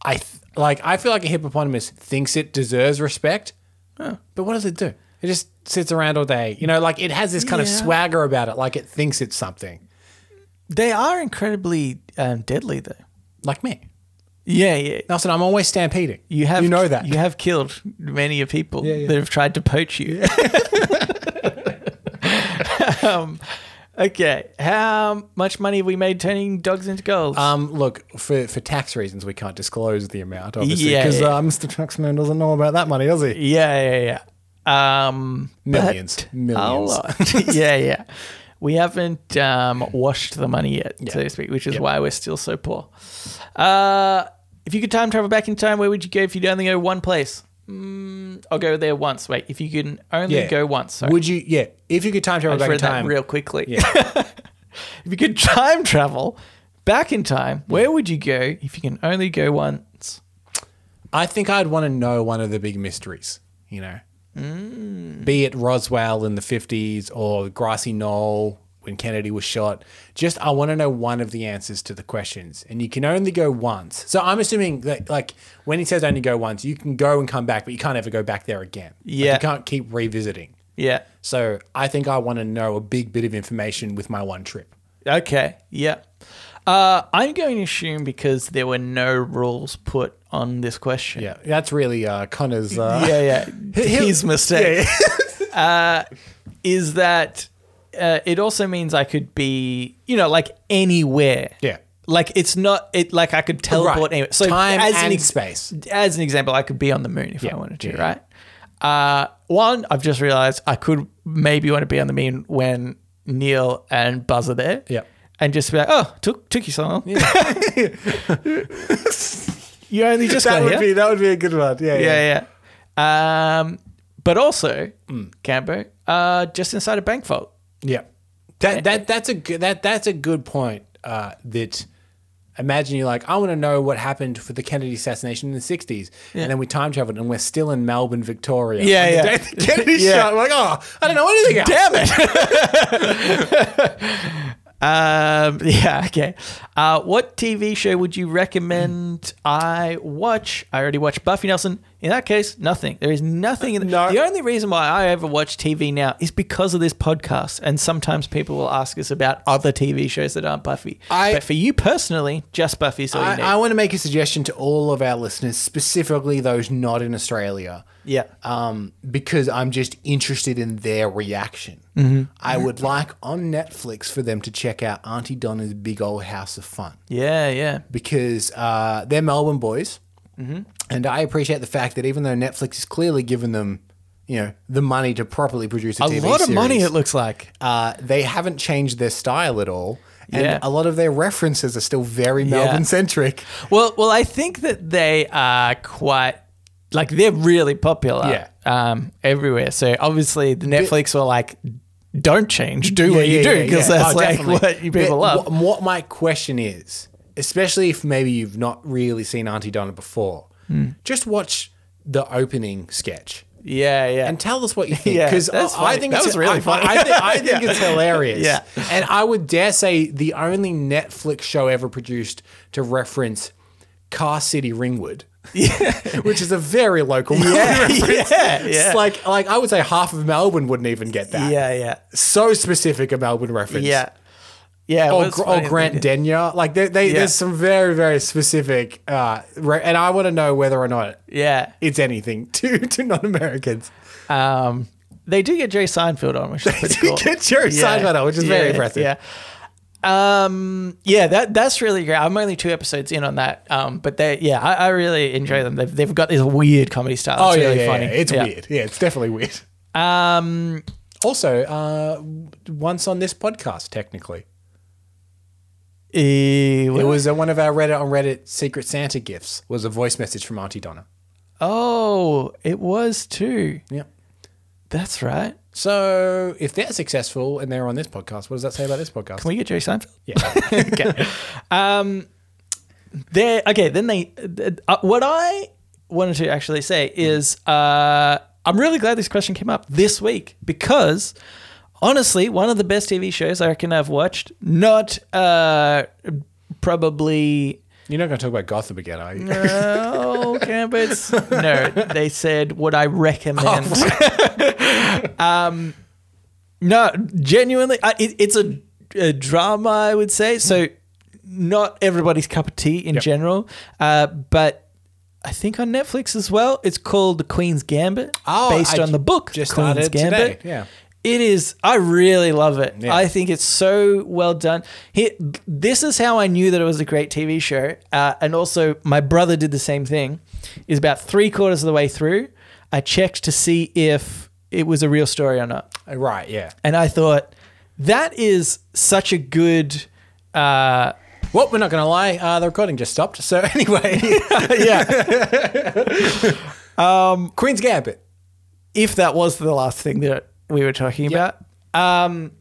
S2: I th- like I feel like a hippopotamus thinks it deserves respect, but what does it do? It just sits around all day. You know, like it has this kind of
S1: Yeah.
S2: swagger about it, like it thinks it's something,
S1: They are incredibly um, deadly, though.
S2: like me.
S1: Yeah, yeah.
S2: Nelson, I'm always stampeding.
S1: You have
S2: you know that.
S1: you have killed many of people
S2: yeah.
S1: that have tried to poach you. um, okay, how much money have we made turning dogs into gold?
S2: Um, look, for, for tax reasons, we can't disclose the amount, obviously,
S1: Yeah,
S2: because
S1: yeah.
S2: uh, Mr. Taxman doesn't know about that money, does he?
S1: yeah, yeah, yeah. Um,
S2: Millions,
S1: but
S2: millions.
S1: A lot. yeah, yeah. We haven't um, washed the money yet, so to speak, which is why we're still so poor. Uh, if you could time travel back in time, where would you go if you'd only go one place? Mm, I'll go there once. Wait, if you can only
S2: Yeah.
S1: go once, sorry.
S2: Would you? Yeah, if you could time travel
S1: I just
S2: back in
S1: read
S2: time,
S1: that real quickly. if you could time travel back in time, where would you go if you can only go once?
S2: I think I'd want to know one of the big mysteries. You know,
S1: Mm.
S2: be it Roswell in the fifties or Grassy Knoll when Kennedy was shot. Just I want to know one of the answers to the questions, and you can only go once. So I'm assuming that, like, when he says only go once, you can go and come back, but you can't ever go back there again. Like,
S1: Yeah.
S2: you can't keep revisiting.
S1: Yeah.
S2: So I think I want to know a big bit of information with my one trip.
S1: Okay. Yeah. Uh, I'm going to assume because there were no rules put on this question.
S2: Yeah, that's really uh, Connor's. Uh,
S1: Yeah, yeah. His mistake uh, is that uh, it also means I could be, you know, like anywhere.
S2: Yeah.
S1: Like it's not it like I could teleport
S2: Right.
S1: anywhere. So
S2: Time
S1: as an
S2: and space.
S1: As an example, I could be on the moon if I wanted to, right? Uh, one, I've just realized I could maybe want to be on the moon when Neil and Buzz are there.
S2: Yep.
S1: And just be like, oh, took took you so long. you only just got here
S2: that would be a good one.
S1: yeah, yeah. Um, But also, Cambo, uh, just inside a bank vault.
S2: Yeah, that that that's a good that that's a good point. Uh, that imagine you're like, I want to know what happened for the Kennedy assassination in the '60s, and then we time traveled and we're still in Melbourne, Victoria.
S1: Yeah,
S2: on the
S1: yeah.
S2: day the Kennedy
S1: Yeah.
S2: shot. We're like, oh, I don't know anything. Else.
S1: Damn it! um, yeah, okay. Uh, what TV show would you recommend I watch? I already watched Buffy Nelson. In that case, nothing. There is nothing. In the,
S2: No.
S1: the only reason why I ever watch TV now is because of this podcast. And sometimes people will ask us about other TV shows that aren't Buffy.
S2: I-
S1: but for you personally, just Buffy's all you need.
S2: I, I want to make a suggestion to all of our listeners, specifically those not in Australia.
S1: yeah.
S2: um, because I'm just interested in their reaction. I would like on Netflix for them to check out Auntie Donna's Big Old House of Fun
S1: yeah, yeah.
S2: because uh, they're Melbourne boys,
S1: Mm-hmm.
S2: and I appreciate the fact that even though Netflix has clearly given them, you know, the money to properly produce a,
S1: A
S2: TV
S1: lot of money,
S2: series,
S1: it looks like.
S2: uh, they haven't changed their style at all. And
S1: Yeah.
S2: a lot of their references are still very Melbourne centric.
S1: Well, well, I think that they are quite like they're really popular. Yeah. Um, everywhere. So obviously the Netflix were like, don't change, do what you do because that's like what you people love.
S2: Oh, What, what my question is, especially if maybe you've not really seen Auntie Donna before,
S1: Hmm.
S2: just watch the opening sketch
S1: yeah, yeah.
S2: and tell us what you think.
S1: Yeah,
S2: Because
S1: that's
S2: I, I
S1: funny.
S2: think
S1: That
S2: it's,
S1: was really
S2: I-
S1: funny.
S2: I, thi- I think it's hilarious.
S1: Yeah.
S2: and I would dare say the only Netflix show ever produced to reference Car City Ringwood. which is a very local yeah,
S1: yeah, yeah.
S2: like like I would say half of Melbourne wouldn't even get that
S1: yeah, yeah,
S2: so specific a Melbourne reference.
S1: yeah, yeah.
S2: Or,
S1: well,
S2: Gr-
S1: it's funny
S2: or
S1: that
S2: Grant
S1: they did-
S2: Denyer. Like, they, they,
S1: Yeah.
S2: there's some very, very specific. Uh, re- and I want to know whether or not
S1: Yeah,
S2: it's anything to, to non Americans.
S1: um, they do get Jerry Seinfeld on, which is pretty cool.
S2: Get Jerry Seinfeld on, which is very
S1: yeah,
S2: impressive.
S1: Yeah. Um. Yeah. That that's really great. I'm only two episodes in on that. Um. But they. Yeah. I, I really enjoy them. They've, they've got this weird comedy style.
S2: Mm. Oh,
S1: It's
S2: yeah,
S1: really
S2: yeah,
S1: funny.
S2: yeah. It's weird. Yeah, it's definitely weird.
S1: Um.
S2: Also, uh, once on this podcast, technically,
S1: eh, what-
S2: it was uh, one of our Reddit on Reddit Secret Santa gifts was a voice message from Auntie Donna.
S1: oh, it was too.
S2: Yeah.
S1: That's right.
S2: So if they're successful and they're on this podcast, what does that say about this podcast?
S1: Can we get Jerry Seinfeld?
S2: yeah.
S1: okay. Um, there. Okay. Then they. Uh, what I wanted to actually say is, uh, I'm really glad this question came up this week because, honestly, one of the best TV shows I reckon I've watched. Not uh, probably.
S2: You're not going to talk about Gotham again, are you?
S1: Oh, Campbell's. No, they said what I recommend. No, genuinely, I, it, it's a, a drama, I would say. So, not everybody's cup of tea in general, uh, but I think on Netflix as well. It's called The Queen's Gambit,
S2: Oh,
S1: based
S2: I
S1: on the book
S2: just
S1: Queen's
S2: started today,
S1: Gambit.
S2: yeah.
S1: It is. I really love it.
S2: Yeah.
S1: I think it's so well done. Here, this is how I knew that it was a great TV show, uh, and also my brother did the same thing. Is about three quarters of the way through, I checked to see if it was a real story or not.
S2: Uh, Right, yeah.
S1: And I thought, that is such a good. Uh,
S2: Well, we're not going to lie. Uh, the recording just stopped. So anyway, yeah. um, Queen's Gambit.
S1: if that was the last thing that we were talking about, um,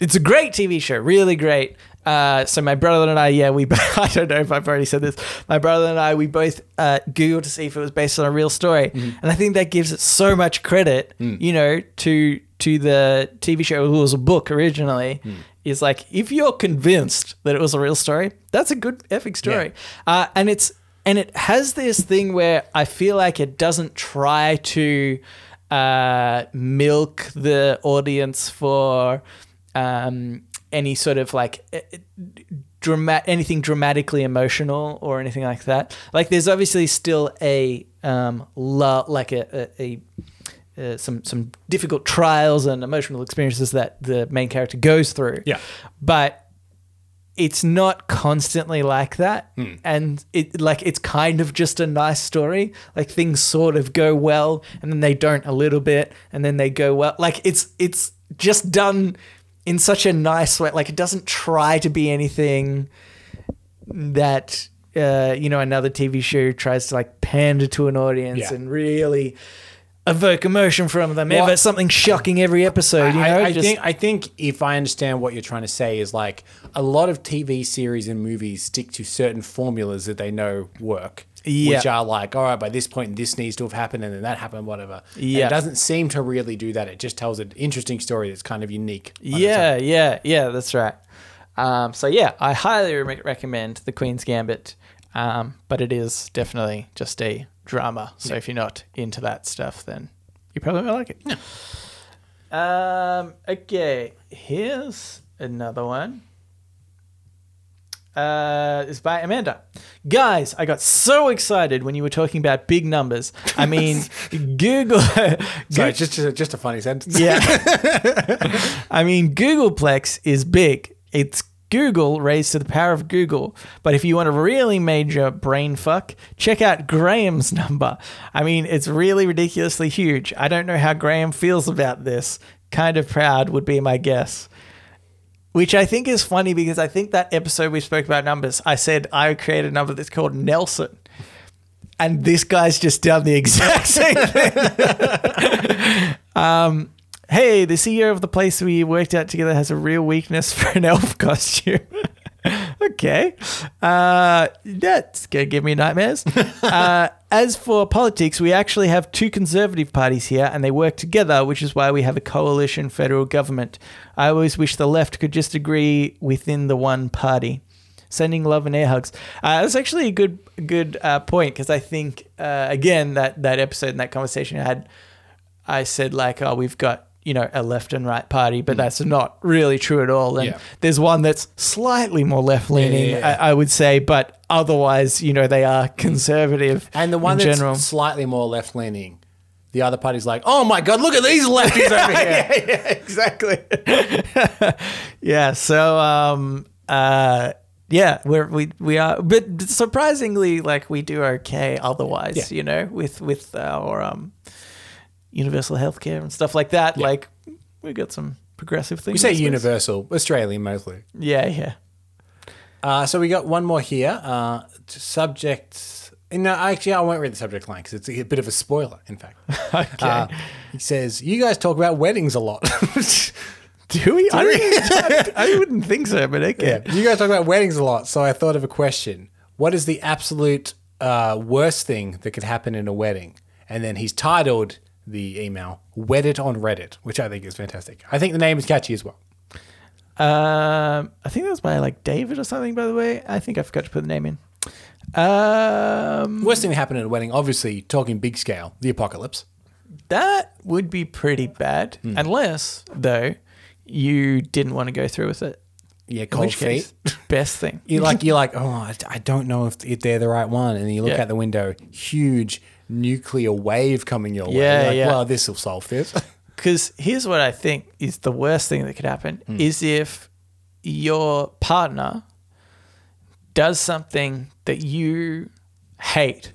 S1: it's a great TV show, really great. Uh, so my brother and I, yeah, we. I don't know if I've already said this. My brother and I, we both uh, googled to see if it was based on a real story, and I think that gives it so much credit. You know, to to the TV show, who was a book originally. Is like if you're convinced that it was a real story, that's a good epic story, uh, and it's and it has this thing where I feel like it doesn't try to uh, milk the audience for um, any sort of like eh, eh, drama- anything dramatically emotional or anything like that. Like there's obviously still a um, lo- like a, a, a uh, some some difficult trials and emotional experiences that the main character goes through.
S2: Yeah.
S1: but it's not constantly like that
S2: Hmm.
S1: and it like it's kind of just a nice story like things sort of go well and then they don't a little bit and then they go well like it's it's just done in such a nice way like it doesn't try to be anything that uh, you know another tv show tries to like pander to an audience
S2: Yeah.
S1: and really evoke emotion from them
S2: Well,
S1: ever. It's something shocking every episode, you know?
S2: I, I
S1: Just-
S2: think I think if I understand what you're trying to say is like a lot of TV series and movies stick to certain formulas that they know work,
S1: Yeah.
S2: which are like, all right, by this point this needs to have happened and then that happened, whatever. And
S1: Yeah.
S2: it doesn't seem to really do that. It just tells an interesting story that's kind of unique. on its
S1: yeah, yeah, yeah, that's right. Um, so, yeah, I highly re- recommend The Queen's Gambit, um, but it is definitely just a drama. So, if you're not into that stuff, then you probably won't like it. Um, okay, here's another one. Uh, it's by Amanda. Guys, I got so excited when you were talking about big numbers. I mean, Google.
S2: Sorry, just just a, just a funny sentence.
S1: Yeah. I mean, Googleplex is big. It's Google raised to the power of Google. But if you want a really major brain fuck, check out Graham's number. I mean, it's really ridiculously huge. I don't know how Graham feels about this. Kind of proud would be my guess. Which I think is funny because I think that episode we spoke about numbers, I said I created a number that's called Nelson. And this guy's just done the exact same thing. Hey, the CEO of the place we worked out together has a real weakness for an elf costume. okay. Uh, that's going to give me nightmares. uh, as for politics, we actually have two conservative parties here and they work together, which is why we have a coalition federal government. I always wish the left could just agree within the one party. Sending love and air hugs. Uh, that's actually a good good uh, point because I think uh, again that that episode and that conversation I had I said like, oh, we've got you know a left and right party, but that's not really true at all. And
S2: Mm. Yeah.
S1: there's one that's slightly more left leaning,
S2: Yeah, yeah, yeah. Mm.
S1: I, I would say, but otherwise, you know, they are conservative.
S2: And the one
S1: in
S2: that's
S1: general,
S2: slightly more left leaning, the other party's like, oh my god, look at these lefties over here.
S1: exactly. yeah. So, um, uh, yeah, we're, we we are, but surprisingly, like we do okay otherwise.
S2: Yeah.
S1: You know, with with our um, universal healthcare and stuff like that. Like we got some progressive things.
S2: We say
S1: I suppose.
S2: universal, Australian mostly.
S1: Yeah, yeah.
S2: Uh, so we got one more here. Uh, t- subject. No, actually, I won't read the subject line because it's a bit of a spoiler, in fact.
S1: Okay.
S2: Uh, he says, You guys talk about weddings a lot.
S1: do we? I, don't- I wouldn't think so, but okay.
S2: you guys talk about weddings a lot. So I thought of a question What is the absolute uh, worst thing that could happen in a wedding? And then he's titled the email, Wed It on Reddit, which I think is fantastic. I think the name is catchy as well.
S1: Um, I think that was by like David or something. By the way, I think I forgot to put the name in. Um,
S2: Worst thing that happened in a wedding, obviously, talking big scale, the apocalypse.
S1: that would be pretty bad, unless though you didn't want to go through with it.
S2: Yeah,
S1: In
S2: cold
S1: which
S2: feet.
S1: case, best thing.
S2: you're like you're like oh I, I don't know if, if they're the right one and then you look
S1: Yeah.
S2: out the window huge nuclear wave coming your way
S1: Yeah,
S2: You're like,
S1: yeah.
S2: well this will solve this
S1: Because here's what I think is the worst thing that could happen
S2: Hmm.
S1: is if your partner does something that you hate,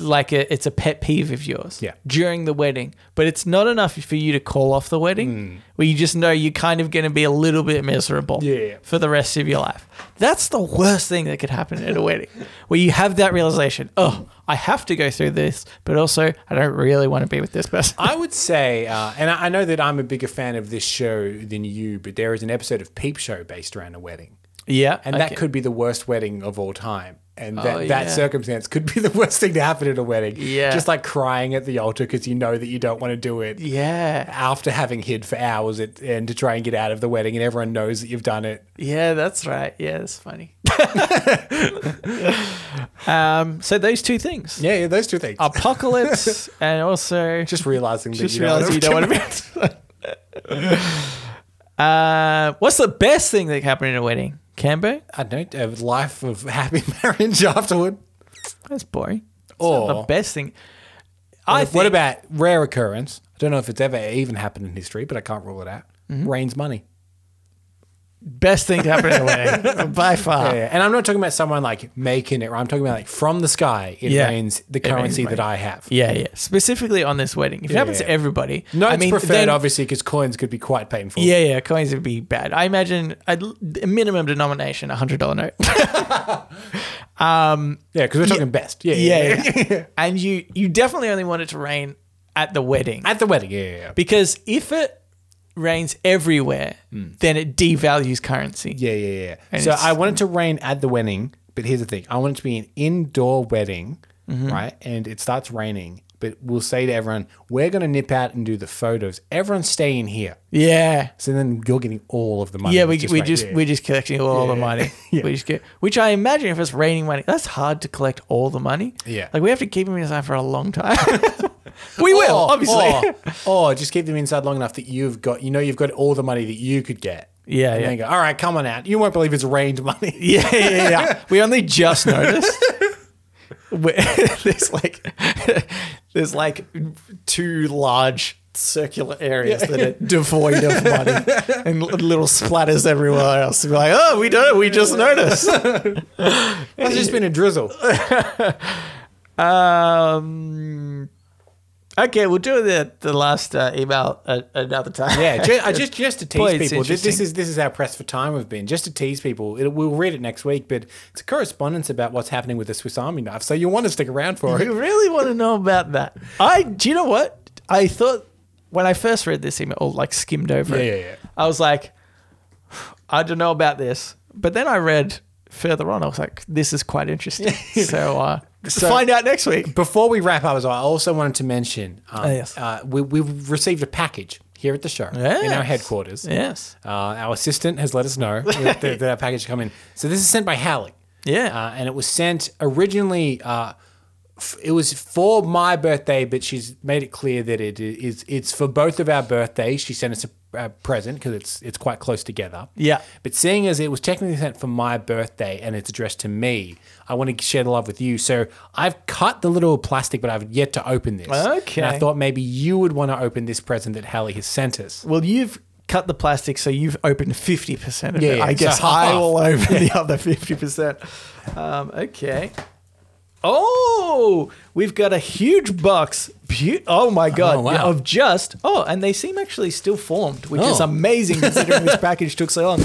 S1: like a, it's a pet peeve of yours
S2: Yeah.
S1: during the wedding, but it's not enough for you to call off the wedding where you just know you're kind of going to be a little bit miserable
S2: Hmm. Yeah.
S1: for the rest of your life. That's the worst thing that could happen at a wedding where you have that realization, oh, I have to go through this, but also I don't really want to be with this person.
S2: I would say uh, and I, I know that I'm a bigger fan of this show than you but there is an episode of Peep Show based around a wedding
S1: Yeah,
S2: and
S1: okay.
S2: that could be the worst wedding of all time and that,
S1: Oh,
S2: that
S1: yeah.
S2: circumstance could be the worst thing to happen at a wedding
S1: Yeah.
S2: just like crying at the altar because you know that you don't want to do it
S1: Yeah,
S2: after having hid for hours at, and to try and get out of the wedding and everyone knows that you've done it
S1: yeah, that's right. Yeah, that's funny. um, so those two things,
S2: yeah, yeah those two things
S1: apocalypse and also
S2: just realizing that
S1: just
S2: you, know
S1: realize you don't want to be. uh, what's the best thing that happened in a wedding, Cambo?
S2: I don't a life of happy marriage afterward.
S1: That's boring. It's not the
S2: Or
S1: best thing. I think,
S2: what about rare occurrence? I don't know if it's ever even happened in history, but I can't rule it out.
S1: Mm-hmm.
S2: Rains money.
S1: best thing to happen in a wedding by far?
S2: Yeah, yeah. And I'm not talking about someone like making it. I'm talking about like from the sky. It
S1: Yeah.
S2: rains the
S1: It rains
S2: currency
S1: money.
S2: that I have.
S1: Yeah, yeah. Specifically on this wedding, if it happens to
S2: yeah.
S1: everybody,
S2: No,
S1: I
S2: it's
S1: mean,
S2: preferred
S1: then-
S2: obviously because coins could be quite painful.
S1: Yeah, yeah, coins would be bad. I imagine a l- a minimum denomination, a hundred dollar note. yeah,
S2: yeah, because we're talking best. Yeah, yeah, yeah.
S1: yeah. and you you definitely only want it to rain at the wedding.
S2: At the wedding, yeah, yeah, yeah.
S1: Because if it rains everywhere, then it devalues currency.
S2: Hmm. Yeah, yeah, yeah.
S1: And
S2: so
S1: it's- mm.
S2: I want it to rain at the wedding, but here's the thing: I want it to be an indoor wedding,
S1: Mm-hmm.
S2: right? And it starts raining, but we'll say to everyone, "We're going to nip out and do the photos. Everyone stay in here."
S1: Yeah.
S2: So then you're getting all of the money.
S1: Yeah,
S2: that
S1: we we
S2: rained.
S1: just
S2: Yeah.
S1: we're just collecting all the money. We just get, which I imagine if it's raining money, that's hard to collect all the money.
S2: Yeah.
S1: like we have to keep them inside for a long time. we will, obviously.
S2: Or, or just keep them inside long enough that you've got, you know, you've got all the money that you could get.
S1: Yeah,
S2: And
S1: yeah.
S2: then go, all right, come on out. You won't believe it's rained money.
S1: Yeah, yeah, yeah. we only just noticed. We- there's like there's like two large circular areas that are devoid of money and li- little splatters everywhere else. We're like, oh, we don't, we just noticed.
S2: That's just been a drizzle.
S1: Um, okay, we'll do the the last uh, email a, another time.
S2: Yeah, ju- uh, just just to tease
S1: Boy, it's
S2: people. This, this
S1: interesting.
S2: is this is how pressed for time we've been. Just to tease people, it, we'll read it next week. But it's a correspondence about what's happening with the Swiss Army knife. So you want to stick around for
S1: you
S2: it?
S1: really want to know about that? I do you know what I thought when I first read this email, or like skimmed over
S2: Yeah,
S1: it.
S2: yeah, yeah.
S1: I was like, I don't know about this, but then I read further on. I was like, this is quite interesting. so, uh, find out next week.
S2: Before we wrap up, as well, I also wanted to mention um,
S1: Oh, yes.
S2: uh, we we've received a package here at the show in our
S1: Yes.
S2: headquarters.
S1: Yes.
S2: Uh, our assistant has let us know that, that our package come in. So this is sent by Hallie.
S1: Yeah.
S2: uh, and it was sent originally. Uh, f- it was for my birthday, but she's made it clear that it is it's for both of our birthdays. She sent us a, a present because it's it's quite close together.
S1: Yeah.
S2: But seeing as it was technically sent for my birthday and it's addressed to me, I want to share the love with you. So I've cut the little plastic, but I've yet to open this.
S1: Okay.
S2: And I thought maybe you would want to open this present that Hallie has sent us.
S1: well, you've cut the plastic, so you've opened 50% of
S2: Yeah,
S1: it.
S2: yeah,
S1: I
S2: so
S1: guess
S2: half.
S1: I will open the other 50%. Um, okay. Oh, we've got a huge box. Beau- oh my God.
S2: Oh, wow.
S1: Of just, oh, and they seem actually still formed, which is
S2: Oh.
S1: amazing considering this package took so long.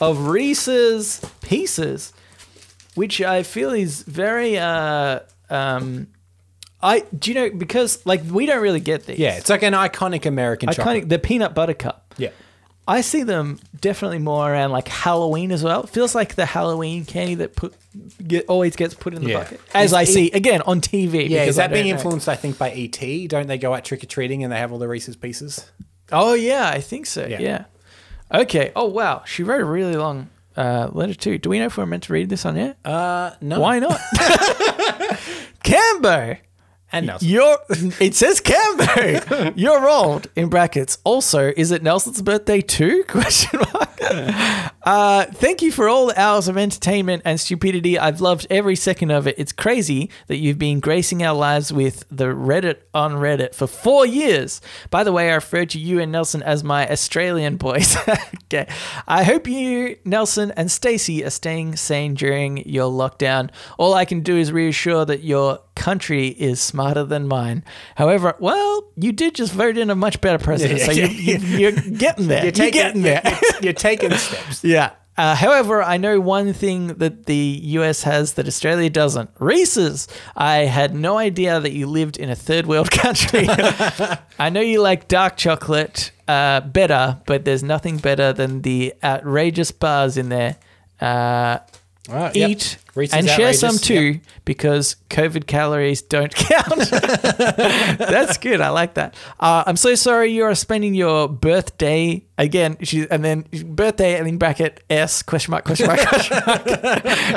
S1: Of Reese's pieces, which I feel is very. Uh, um, I do you know because like we don't really get these.
S2: Yeah, it's like an iconic American chocolate.
S1: iconic. The peanut butter cup.
S2: Yeah.
S1: I see them definitely more around like Halloween as well. It feels like the Halloween candy that put get, always gets put in the
S2: Yeah.
S1: bucket, as I see again on TV.
S2: Yeah,
S1: because
S2: is
S1: I
S2: that being
S1: don't know.
S2: influenced, I think, by ET? Don't they go out trick or treating and they have all the Reese's pieces?
S1: Oh yeah, I think so. Yeah.
S2: Yeah.
S1: Okay. Oh wow, she wrote a really long uh, letter too. Do we know if we're meant to read this on air?
S2: Uh, no.
S1: Why not? Cambo.
S2: And Nelson.
S1: You're, it says Cambo. You're old in brackets. Also, is it Nelson's birthday too? Question mark. Uh, thank you for all the hours of entertainment and stupidity. I've loved every second of it. It's crazy that you've been gracing our lives with the Reddit on Reddit for four years. By the way, I referred to you and Nelson as my Australian boys. okay. I hope you, Nelson, and Stacey are staying sane during your lockdown. All I can do is reassure that your country is smarter than mine. However, well, you did just vote in a much better president, so you, you, you're getting there. You're, getting there.
S2: You're, you're taking steps.
S1: Yeah. Uh, however, I know one thing that the US has that Australia doesn't Reese's. I had no idea that you lived in a third world country. I know you like dark chocolate uh, better, but there's nothing better than the outrageous bars in there. Uh,
S2: Right, yep.
S1: eat
S2: Reese's
S1: and share
S2: outrageous,
S1: some too because COVID calories don't count. That's good. I like that. Uh, I'm so sorry you are spending your birthday again. She and then birthday and then bracket s question mark question mark question mark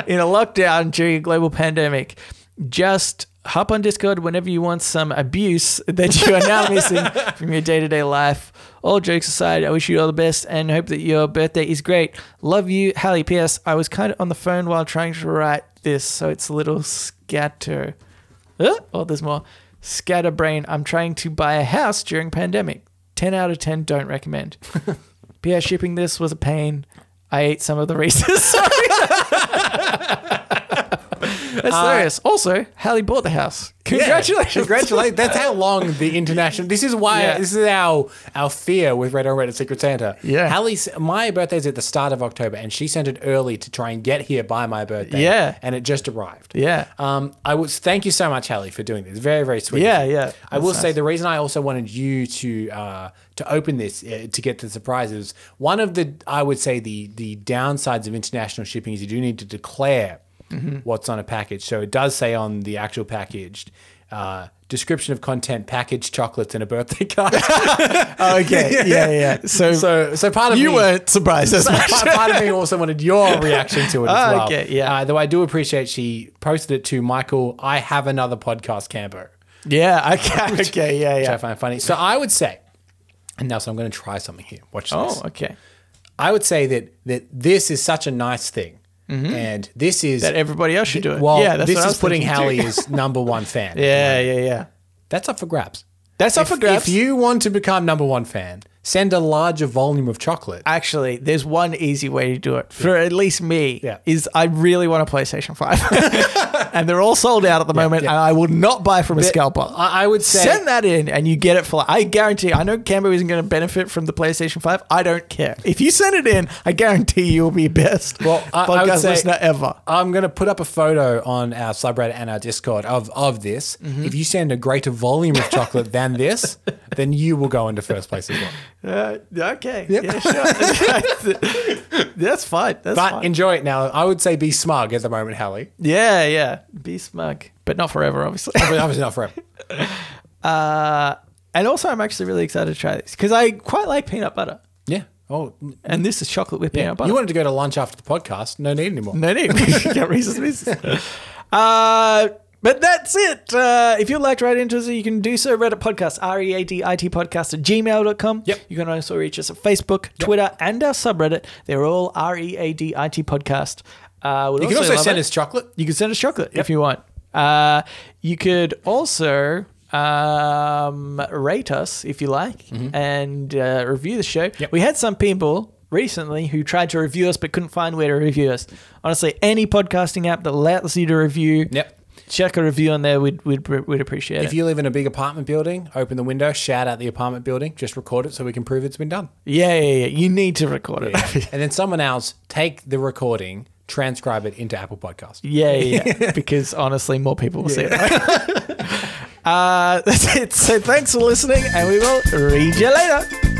S1: in a lockdown during a global pandemic. Just hop on Discord whenever you want some abuse that you are now missing from your day to day life. All jokes aside, I wish you all the best and hope that your birthday is great. Love you, Hallie. P.S. I was kind of on the phone while trying to write this, so it's a little scatter. Uh, oh, there's more. Scatterbrain. I'm trying to buy a house during pandemic. 10 out of 10 don't recommend. PS shipping this was a pain. I ate some of the Reese's. Sorry. That's hilarious. Also, Hallie bought the house. Congratulations.
S2: Congratulations. That's how long the international. This is why
S1: Yeah.
S2: this is our our fear with Red on Reddit Secret Santa.
S1: Yeah.
S2: Hallie, s- my birthday's at the start of October, and she sent it early to try and get here by my birthday.
S1: Yeah.
S2: and it just arrived.
S1: Yeah.
S2: Um, I would thank you so much, Hallie, for doing this. Very, very sweet. of
S1: Yeah,
S2: you.
S1: yeah.
S2: I will
S1: That's
S2: say
S1: nice.
S2: the reason I also wanted you to uh, to open this uh, to get the surprises. One of the I would say the the downsides of international shipping is you do need to declare
S1: Mm-hmm.
S2: what's on a package. So it does say on the actual package. Uh, description of content package chocolates and a birthday card
S1: Okay. Yeah, yeah. So,
S2: so so part of
S1: you
S2: me,
S1: weren't surprised as much.
S2: part, part of me also wanted your reaction to it as well.
S1: Okay, yeah.
S2: Uh, though I do appreciate she posted it to Michael. I have another podcast, Cambo,
S1: Yeah. Okay. Okay. Yeah.
S2: which I
S1: Yeah.
S2: find funny. So I would say, and now so I'm going to try something here. Watch this.
S1: Oh. Okay.
S2: I would say that that this is such a nice thing, and this is
S1: Mm-hmm. That everybody else should do it.
S2: well,
S1: yeah. That's
S2: this
S1: what I
S2: is
S1: was
S2: putting
S1: thinking too.
S2: Hallie as number one fan.
S1: Yeah. Yeah. Yeah.
S2: that's up for grabs.
S1: That's up
S2: if,
S1: for grabs.
S2: If you want to become number one fan, send a larger volume of chocolate.
S1: Actually, there's one easy way to do it for at least me.
S2: Yeah.
S1: Is I really want a PlayStation 5. and they're all sold out at the moment,
S2: yeah.
S1: and I will not buy from a scalper.
S2: I, I would say
S1: Send that in and you get it for. I guarantee. I know Cambo isn't going to benefit from the PlayStation Five. I don't care. If you send it in, I guarantee you'll be best
S2: Well, I- I
S1: podcast
S2: would say-
S1: listener ever.
S2: I'm going to put up a photo on our subreddit and our Discord of of this.
S1: Mm-hmm.
S2: If you send a greater volume of chocolate than this, then you will go into first place as well.
S1: Uh, okay. Yeah, sure. That's fine. That's
S2: But
S1: fine.
S2: enjoy it now. I would say be smug at the moment, Hallie.
S1: yeah, yeah. Be smug, but not forever, obviously.
S2: But obviously not forever.
S1: and also, I'm actually really excited to try this because I quite like peanut butter,
S2: Yeah. Oh,
S1: and this is chocolate with peanut butter.
S2: you wanted to go to lunch after the podcast? No need anymore.
S1: No need. Get reasons business. Uh, but that's it. Uh, if you'd like to write into us, you can do so. Reddit podcast, R E A D I T podcast at gmail.com.
S2: Yep.
S1: You can also reach us at Facebook, Twitter, and our subreddit. They're all R E A D I T podcast. Uh, we'd
S2: You can also
S1: love
S2: send
S1: it.
S2: us chocolate.
S1: You can send us chocolate if you want. Uh, you could also um, rate us if you like
S2: Mm-hmm.
S1: and uh, review the show. We had some people recently who tried to review us but couldn't find where to review us. Honestly, any podcasting app that lets you to review,
S2: Yep.
S1: check a review on there. We'd, we'd, we'd appreciate
S2: If
S1: it.
S2: you live in a big apartment building, open the window, shout out the apartment building, just record it so we can prove it's been done.
S1: yeah, yeah, yeah. You need to record it.
S2: and then someone else take the recording, transcribe it into Apple Podcasts.
S1: Yeah, yeah, yeah. because honestly, more people will see it. uh, that's it. So thanks for listening, and we will read you later.